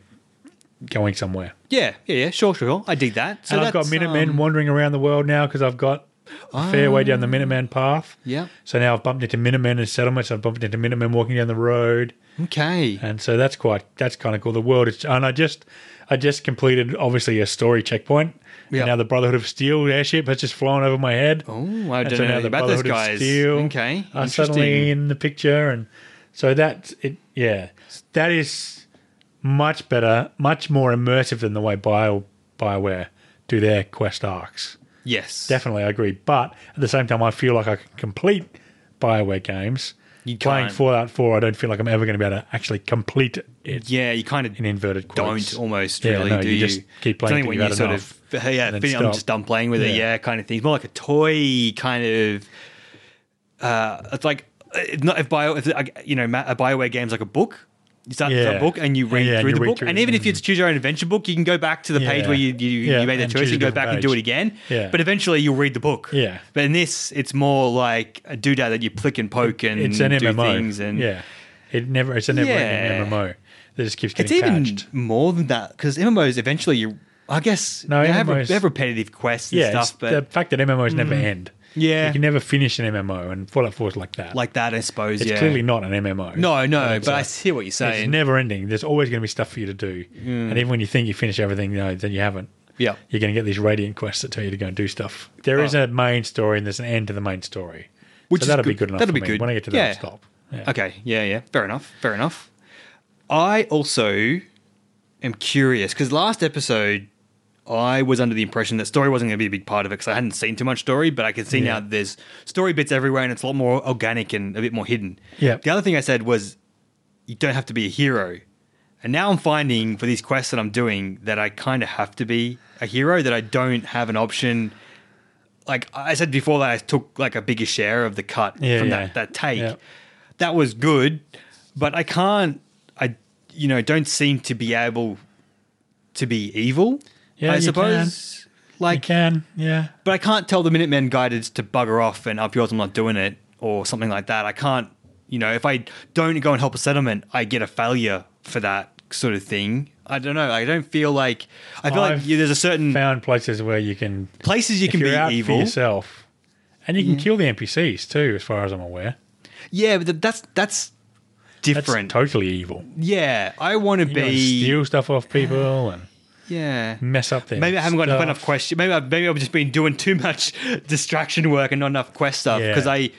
S1: going somewhere.
S2: yeah, yeah, yeah. Sure, sure. I dig that. So
S1: and I've got
S2: that's,
S1: Minutemen
S2: um, Ah.
S1: wandering around the world now because I've got a fair way down the Minuteman path.
S2: Yep.
S1: So now I've bumped into Minutemen in settlements. I've bumped into Minutemen walking down the road.
S2: um, Okay.
S1: and so that's quite that's kind of cool. The world is, and I just I just completed obviously a story checkpoint.
S2: Yeah.
S1: And now the Brotherhood of Steel airship has just flown over my head.
S2: Oh, I
S1: And
S2: don't
S1: so
S2: know
S1: now
S2: anything
S1: the
S2: about those
S1: Brotherhood of
S2: guys.
S1: Steel
S2: Okay,
S1: are suddenly
S2: interesting.
S1: in the picture, and so that's it. Yeah, that is much better, much more immersive than the way Bio Bioware do their quest arcs.
S2: Yes,
S1: Definitely, I agree. But at the same time, I feel like I can complete Bioware games.
S2: You
S1: Playing
S2: can't.
S1: Fallout 4, I don't feel like I'm ever going to be able to actually complete it
S2: Yeah, you kind of
S1: in inverted quotes.
S2: don't almost
S1: Yeah,
S2: really
S1: no,
S2: do
S1: you
S2: you?
S1: just keep playing
S2: It's only
S1: till
S2: when
S1: you've
S2: you
S1: had
S2: sort
S1: enough,
S2: of yeah,
S1: and then
S2: finish- I'm
S1: stop.
S2: just done playing with it,
S1: Yeah.
S2: yeah, kind of thing. It's more like a toy kind of. Uh, it's like uh, if not if bio if uh, you know ma- a Bioware game's like a book. You start
S1: Yeah.
S2: a book and you read
S1: Yeah, and
S2: through
S1: you
S2: the
S1: read
S2: book,
S1: through
S2: and
S1: it. Mm-hmm.
S2: even if you choose your own adventure book, you can go back to the page
S1: Yeah.
S2: where you you,
S1: Yeah,
S2: you made the
S1: and
S2: choice
S1: choose
S2: and
S1: a
S2: go
S1: different
S2: back and do it
S1: page.
S2: again.
S1: Yeah.
S2: But eventually, you'll read the book.
S1: Yeah.
S2: But in this, it's more like a doodah that you click and poke and
S1: It's an
S2: do
S1: MMO.
S2: things and
S1: yeah, it never. It's a never
S2: Yeah.
S1: ending MMO that just keeps
S2: It's
S1: getting
S2: even
S1: patched.
S2: more than that because MMOs eventually you, I guess,
S1: No,
S2: they, have,
S1: MMOs
S2: they have repetitive quests and
S1: Yeah,
S2: stuff,
S1: it's
S2: but
S1: the fact that MMOs never end.
S2: Yeah.
S1: you can never finish an MMO, and Fallout 4 is like that.
S2: like that, I suppose.
S1: it's
S2: yeah,
S1: clearly not an MMO.
S2: no, no,
S1: It's
S2: but
S1: a-
S2: I see what you're
S1: It's
S2: saying. Hmm.
S1: never ending. There's always going to be stuff for you to do, and even when you think you finish everything, no, then you haven't.
S2: yeah,
S1: You're going to get these radiant quests that tell you to go and do stuff. There is a main story, and there's an end to the main story. so
S2: Which is
S1: that'll be
S2: good.
S1: good enough.
S2: That'll
S1: for
S2: be
S1: me.
S2: good.
S1: When I get to that, I'll
S2: Yeah.
S1: stop. Yeah.
S2: Okay, yeah, yeah. Fair enough. Fair enough. I also am curious because last episode I was under the impression that story wasn't going to be a big part of it because I hadn't seen too much story, but I can see now that there's story bits everywhere and it's a lot more organic and a bit more hidden.
S1: Yeah.
S2: The other thing I said was you don't have to be a hero. And now I'm finding for these quests that I'm doing that I kind of have to be a hero, that I don't have an option. Like I said before, that I took like a bigger share of the cut
S1: Yeah,
S2: from
S1: yeah.
S2: that, that take.
S1: Yeah.
S2: That was good, but I can't, I, you know, don't seem to be able to be evil.
S1: Yeah,
S2: I
S1: you
S2: suppose.
S1: I
S2: Like,
S1: can, yeah.
S2: but I can't tell the Minutemen guided to bugger off and up yours. I'm not doing it or something like that. I can't. You know, if I don't go and help a settlement, I get a failure for that sort of thing. I don't know. I don't feel like I feel
S1: I've
S2: like yeah, there's a certain
S1: Found places where you can,
S2: places Hmm. you
S1: if
S2: can
S1: you're
S2: be
S1: out for
S2: evil.
S1: yourself, and you can kill the NPCs too, as far as I'm aware.
S2: Yeah, but th- that's that's
S1: That's
S2: different.
S1: totally evil.
S2: yeah, I want to
S1: You can
S2: be.
S1: steal stuff off people and
S2: yeah.
S1: mess up their.
S2: Maybe I haven't got
S1: stuff.
S2: enough question. Maybe I, maybe I've just been doing too much distraction work and not enough quest stuff
S1: Yeah.
S2: because I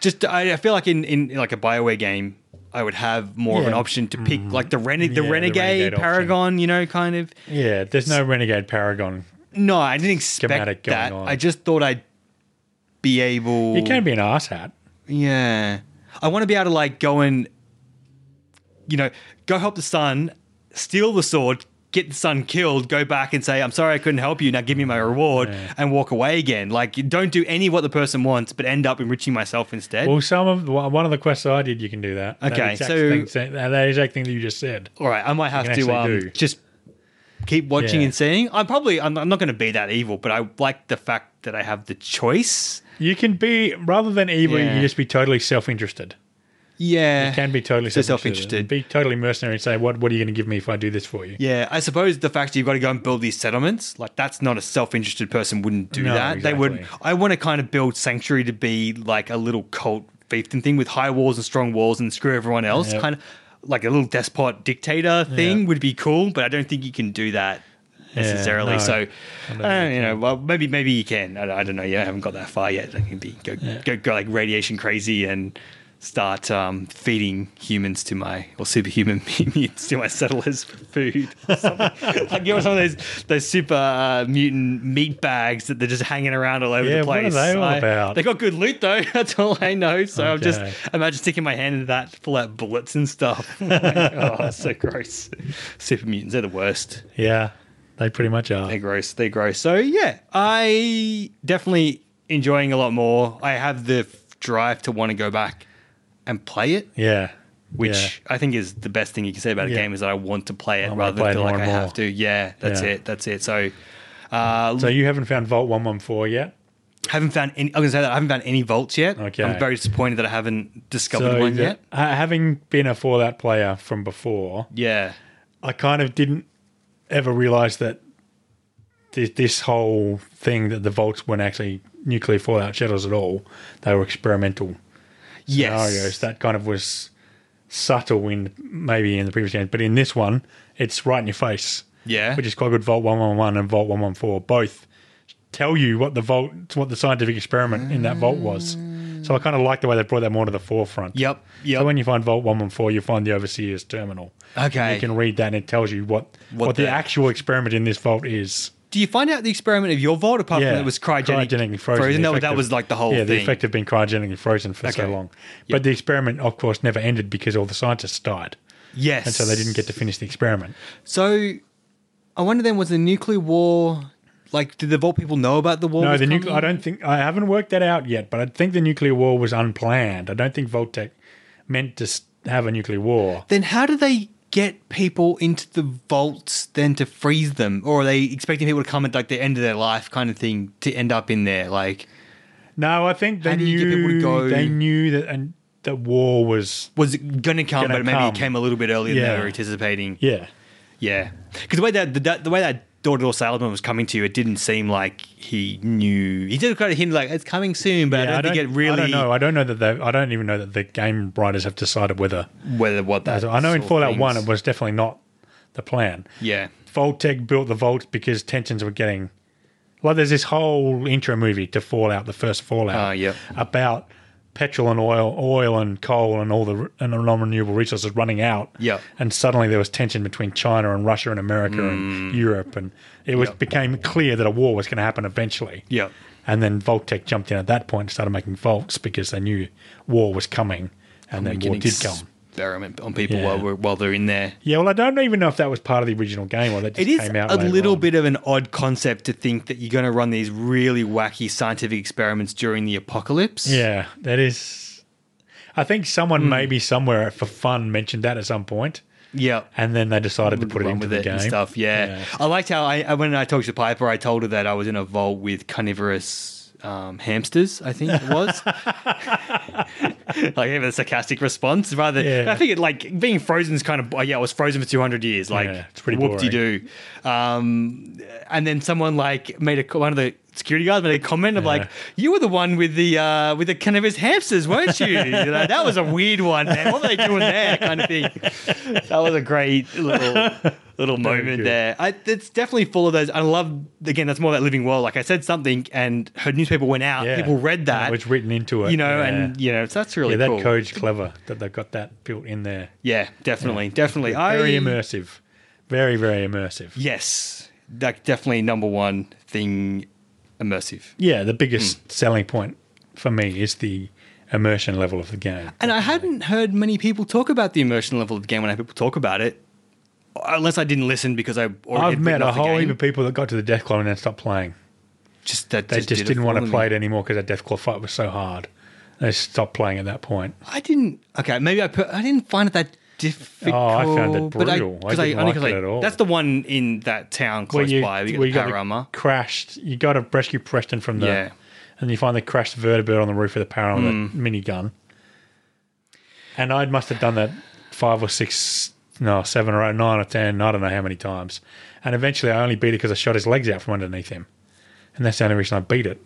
S2: just I, I feel like in, in like a Bioware game I would have more of
S1: Yeah.
S2: an
S1: Mm-hmm.
S2: option to pick like the, rene- the
S1: Yeah, the
S2: renegade,
S1: renegade option.
S2: paragon, you know, kind of.
S1: Yeah, there's no renegade paragon.
S2: No, I didn't expect
S1: Schematic going
S2: that.
S1: on.
S2: I just thought I'd be able.
S1: You can be an arse hat.
S2: Yeah. I want to be able to like go and you know, go help the son, steal the sword, get the son killed, go back and say, I'm sorry I couldn't help you, now give me my reward and walk away again. Like you don't do any of what the person wants, but end up enriching myself instead.
S1: Well, some of one of the quests I did, you can do that. That
S2: Okay,
S1: exact
S2: so-
S1: thing, that exact thing that you just said.
S2: All right, I might have
S1: can
S2: to
S1: actually
S2: um,
S1: do.
S2: just keep watching
S1: Yeah.
S2: and seeing. I'm probably I'm, I'm not going to be that evil, but I like the fact that I have the choice.
S1: You can be rather than evil, you
S2: Yeah.
S1: can just be totally self-interested.
S2: Yeah,
S1: Can be totally
S2: So
S1: self-interested.
S2: self-interested.
S1: and Be totally mercenary and say, "What? What are you going to give me if I do this for you?"
S2: Yeah, I suppose the fact that you've got to go and build these settlements, like that's not a self-interested person wouldn't do
S1: No,
S2: that. They would.
S1: exactly.
S2: I want to kind of build Sanctuary to be like a little cult fiefdom thing with high walls and strong walls and screw everyone else,
S1: Yep.
S2: kind of like a little despot dictator thing
S1: Yeah.
S2: would be cool. But I don't think you can do that necessarily.
S1: no.
S2: So,
S1: I don't
S2: uh,
S1: think
S2: you know, well, maybe maybe you can. I, don't- I don't know. Yeah, I haven't got that far yet. I can be go go, go like radiation crazy and. Start um, feeding humans to my or superhuman mutants to my settlers for food like you know some of those those super uh, mutant meat bags that they're just hanging around all over
S1: Yeah,
S2: the
S1: what are
S2: place.
S1: they all
S2: I-
S1: about?
S2: They got good loot though. That's all I know. So I'm just
S1: Okay.
S2: imagine sticking my hand into that full out bullets and stuff. oh, so gross. Super mutants, they're the worst.
S1: Yeah, they pretty much are.
S2: They're gross. They're gross. So yeah, I definitely enjoying a lot more. I have the f- drive to want to go back and play it.
S1: yeah,
S2: Which I think is the best thing you can say about a
S1: Yeah.
S2: game is that I want to play it
S1: wanna
S2: rather
S1: play
S2: than feel
S1: more
S2: like I
S1: and more.
S2: have to. Yeah, that's
S1: Yeah.
S2: it. That's it. So uh,
S1: Yeah. So you haven't found Vault One One Four yet.
S2: haven't found any. I'm gonna say that I haven't found any vaults yet.
S1: Okay.
S2: I'm very disappointed that I haven't discovered
S1: so
S2: one
S1: the-
S2: yet.
S1: ha- having been a Fallout player from before,
S2: Yeah,
S1: I kind of didn't ever realize that this, this whole thing that the vaults weren't actually nuclear fallout shelters at all. They were experimental
S2: yes,
S1: scenarios. That kind of was subtle in maybe in the previous games, but in this one, it's right in your face.
S2: yeah,
S1: Which is quite good. Vault one one one and Vault one one four both tell you what the vault, what the scientific experiment in that vault was. So I kind of like the way they brought that more to the forefront.
S2: yep, yep.
S1: So when you find Vault 114, you find the Overseer's Terminal.
S2: okay.
S1: You can read that and it tells you what,
S2: What
S1: what, the,
S2: the-
S1: actual experiment in this vault is.
S2: Do you find out the experiment of your vault apart from
S1: Yeah.
S2: that it was cryogenic,
S1: cryogenically frozen. The
S2: That,
S1: effect
S2: that
S1: of-
S2: was like the whole
S1: Yeah, the
S2: thing.
S1: effect of being cryogenically frozen for so
S2: Okay.
S1: long. But the experiment, of course, never ended because all the scientists died.
S2: yes,
S1: And so they didn't get to finish the experiment.
S2: So I wonder then was the nuclear war like did the vault people know about the war?
S1: No,
S2: was
S1: the nuclear. I
S2: coming?
S1: don't think I haven't worked that out yet, but I think the nuclear war was unplanned. I don't think Voltec meant to s- have a nuclear war.
S2: Then how do they get people into the vaults then to freeze them, or are they expecting people to come at like the end of their life kind of thing to end up in there? Like
S1: No, I think they
S2: How do you get people to
S1: knew
S2: go-
S1: they knew that and that war was
S2: was it going to come,
S1: Gonna
S2: but maybe
S1: come.
S2: it came a little bit earlier than
S1: Yeah.
S2: they were anticipating.
S1: yeah.
S2: Yeah, because the way that the, the way that door to door salesman was coming to you, it didn't seem like he knew. He did kind of hint like it's coming soon, but I, don't think it really.
S1: I don't know. I don't know that they. I don't even know that the game writers have decided whether.
S2: whether what that.
S1: As, I know in
S2: sort of
S1: Fallout
S2: things-
S1: One, it was definitely not the plan.
S2: Yeah,
S1: Voltec built the vaults because tensions were getting. Like there's this whole intro movie to Fallout, the first Fallout,
S2: Ah, yep.
S1: about petrol and oil, oil and coal and all the re- and the non-renewable resources running out.
S2: Yep.
S1: And suddenly there was tension between China and Russia and America and Europe, and it was
S2: Mm. Yep.
S1: became clear that a war was going to happen eventually.
S2: yeah,
S1: And then Voltec jumped in at that point and started making vaults because they knew war was coming, and then war
S2: Getting
S1: did come.
S2: Experiment on people
S1: Yeah.
S2: while we're, while they're in there.
S1: Yeah, well, I don't even know if that was part of the original game or that just
S2: It is
S1: came out
S2: a
S1: later
S2: little
S1: on.
S2: bit of an odd concept to think that you're going to run these really wacky scientific experiments during the apocalypse.
S1: Yeah,
S2: Hmm.
S1: that is. I think someone maybe somewhere for fun mentioned that at some point.
S2: Yep.
S1: and then they decided to put it
S2: run
S1: into
S2: with
S1: the
S2: it
S1: game.
S2: and stuff. Yeah.
S1: Yeah.
S2: I liked how I I- when I talked to Piper, I told her that I was in a vault with carnivorous um, hamsters. I think it was. I gave it a sarcastic response. Rather,
S1: Yeah.
S2: I think it like being frozen is kind of oh, yeah. I was frozen for two hundred years. Like
S1: Yeah, it's pretty
S2: whoop de doo. Um, and then someone like made a co- one of the security guards made a comment of
S1: Yeah.
S2: like you were the one with the uh, with the carnivorous hamsters, weren't you? You know, that was a weird one. Man. What were they doing there? Kind of thing that was a great little little moment
S1: good.
S2: there. I, it's definitely full of those. I love again. That's more that living world. Like I said something, and her newspaper went out.
S1: Yeah.
S2: People read that.
S1: It was written into it.
S2: you know,
S1: yeah.
S2: and you know, so that's really
S1: yeah, that
S2: cool.
S1: code's clever that they've got that built in there.
S2: Yeah, definitely, definitely.
S1: Very
S2: I,
S1: immersive, very very immersive.
S2: Yes, that definitely number one thing, immersive.
S1: Yeah, the biggest selling point for me is the immersion level of the game.
S2: And I hadn't heard many people talk about the immersion level of the game when I had people talk about it, unless I didn't listen because I already
S1: I've
S2: had
S1: met
S2: written
S1: a
S2: off the
S1: whole
S2: game.
S1: heap of people that got to the death claw and then stopped playing.
S2: just that
S1: They just,
S2: did it
S1: didn't want
S2: for
S1: to
S2: me.
S1: play it anymore because that death claw fight was so hard. They stopped playing at that point.
S2: I didn't. Okay, maybe I put. I didn't find it that difficult.
S1: Oh, I found it
S2: but
S1: brutal. I
S2: 'cause
S1: didn't
S2: only
S1: like
S2: 'cause
S1: it at all.
S2: That's the one in that town close by. We got
S1: where got
S2: the
S1: the
S2: Panorama.
S1: crashed. You got to rescue Preston from the,
S2: Yeah. Hmm.
S1: and you find the crashed vertebrae on the roof of the Panorama with a minigun. And I must have done that five or six, no, seven or eight, nine or ten. I don't know how many times. And eventually, I only beat it because I shot his legs out from underneath him, and that's the only reason I beat it.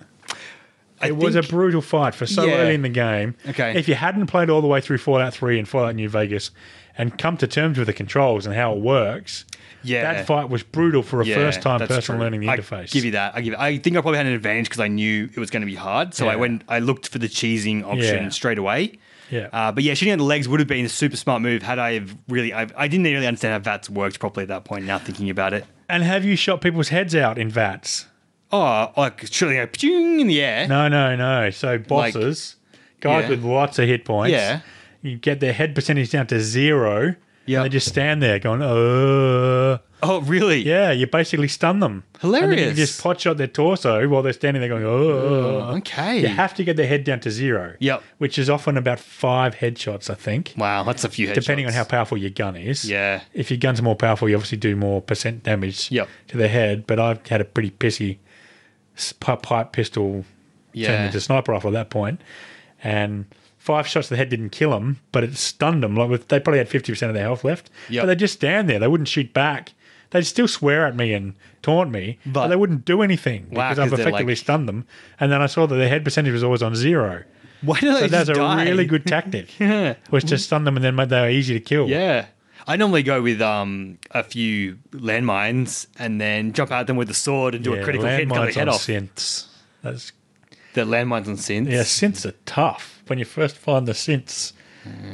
S2: I
S1: It was a
S2: think-
S1: brutal fight for so
S2: Yeah.
S1: early in the game.
S2: Okay.
S1: If you hadn't played all the way through Fallout 3 and Fallout New Vegas and come to terms with the controls and how it works,
S2: Yeah.
S1: that fight was brutal for a
S2: yeah,
S1: first time
S2: that's
S1: person
S2: true.
S1: learning the
S2: I
S1: interface.
S2: give you that. I give. It, I think I probably had an advantage because I knew it was going to be hard. So I
S1: Yeah.
S2: went. I looked for the cheesing option
S1: Yeah.
S2: straight away.
S1: Yeah.
S2: Uh, but yeah, shooting at the legs would have been a super smart move had I have really. I, I didn't really understand how VATS worked properly at that point. Now thinking about it.
S1: and have you shot people's heads out in VATS?
S2: Oh, like shooting like, in the air.
S1: No, no, no. So bosses, guys
S2: Yeah.
S1: with lots of hit points,
S2: Yeah.
S1: you get their head percentage down to zero.
S2: Yeah.
S1: and They just stand there going, uh.
S2: Oh, really?
S1: Yeah, you basically stun them. And then you
S2: Hilarious.
S1: just pot shot their torso while they're standing there going, oh.
S2: Okay.
S1: You have to get their head down to zero.
S2: Yep.
S1: Which is often about five headshots, I think,
S2: Wow, that's a few headshots.
S1: depending on how powerful your gun is.
S2: Yeah.
S1: If your gun's more powerful, you obviously do more percent damage
S2: Yep.
S1: to the head. But I've had a pretty pissy s- pi- pipe pistol
S2: Yeah.
S1: turned into sniper rifle at that point, and five shots to the head didn't kill them, but it stunned them. Like with, they probably had fifty percent of their health left,
S2: Yep.
S1: but they just stand there. They wouldn't shoot back. They'd still swear at me and taunt me, but,
S2: But-
S1: they wouldn't do anything
S2: Wow,
S1: because I've
S2: 'cause they're
S1: effectively
S2: like-
S1: stunned them. And then I saw that their head percentage was always on zero.
S2: Why do they
S1: So
S2: just
S1: that's a
S2: die?
S1: really good tactic. Was to stun them and then make they were easy to kill.
S2: Yeah. I normally go with um, a few landmines and then jump at them with a sword and do a critical hit, cut the
S1: landmines
S2: head
S1: on
S2: off.
S1: synths. That's
S2: The landmines on synths.
S1: Yeah, synths are tough. When you first find the synths,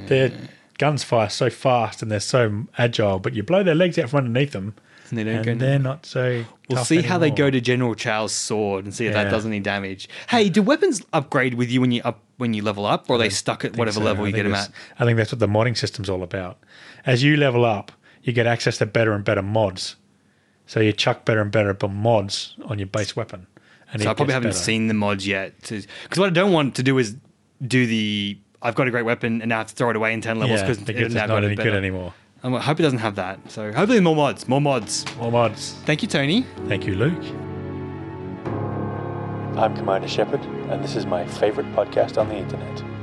S1: their guns fire so fast and they're so agile, but you blow their legs out from underneath them,
S2: And they don't
S1: and
S2: go.
S1: they're not so.
S2: We'll
S1: tough
S2: see how they
S1: anymore.
S2: go to General Chow's sword and see if
S1: Yeah.
S2: that does any damage. Hey, do weapons upgrade with you when you up when you level up, or are they stuck
S1: I
S2: at
S1: think so.
S2: whatever level
S1: I
S2: you
S1: think
S2: get them
S1: that's-
S2: at?
S1: I think that's what the modding system's all about. As you level up, you get access to better and better mods. So you chuck better and better but mods on your base weapon. And
S2: So
S1: it
S2: I probably
S1: gets
S2: haven't
S1: better.
S2: seen the mods yet. Because what I don't want to do is do the I've got a great weapon and now I have to throw it away in ten levels
S1: Yeah,
S2: because
S1: because it's not any good anymore.
S2: Um, I hope it doesn't have that. So hopefully more mods, more mods.
S1: More mods.
S2: Thank you, Tony.
S1: Thank you, Luke. I'm Commander Shepard, and this is my favorite podcast on the internet.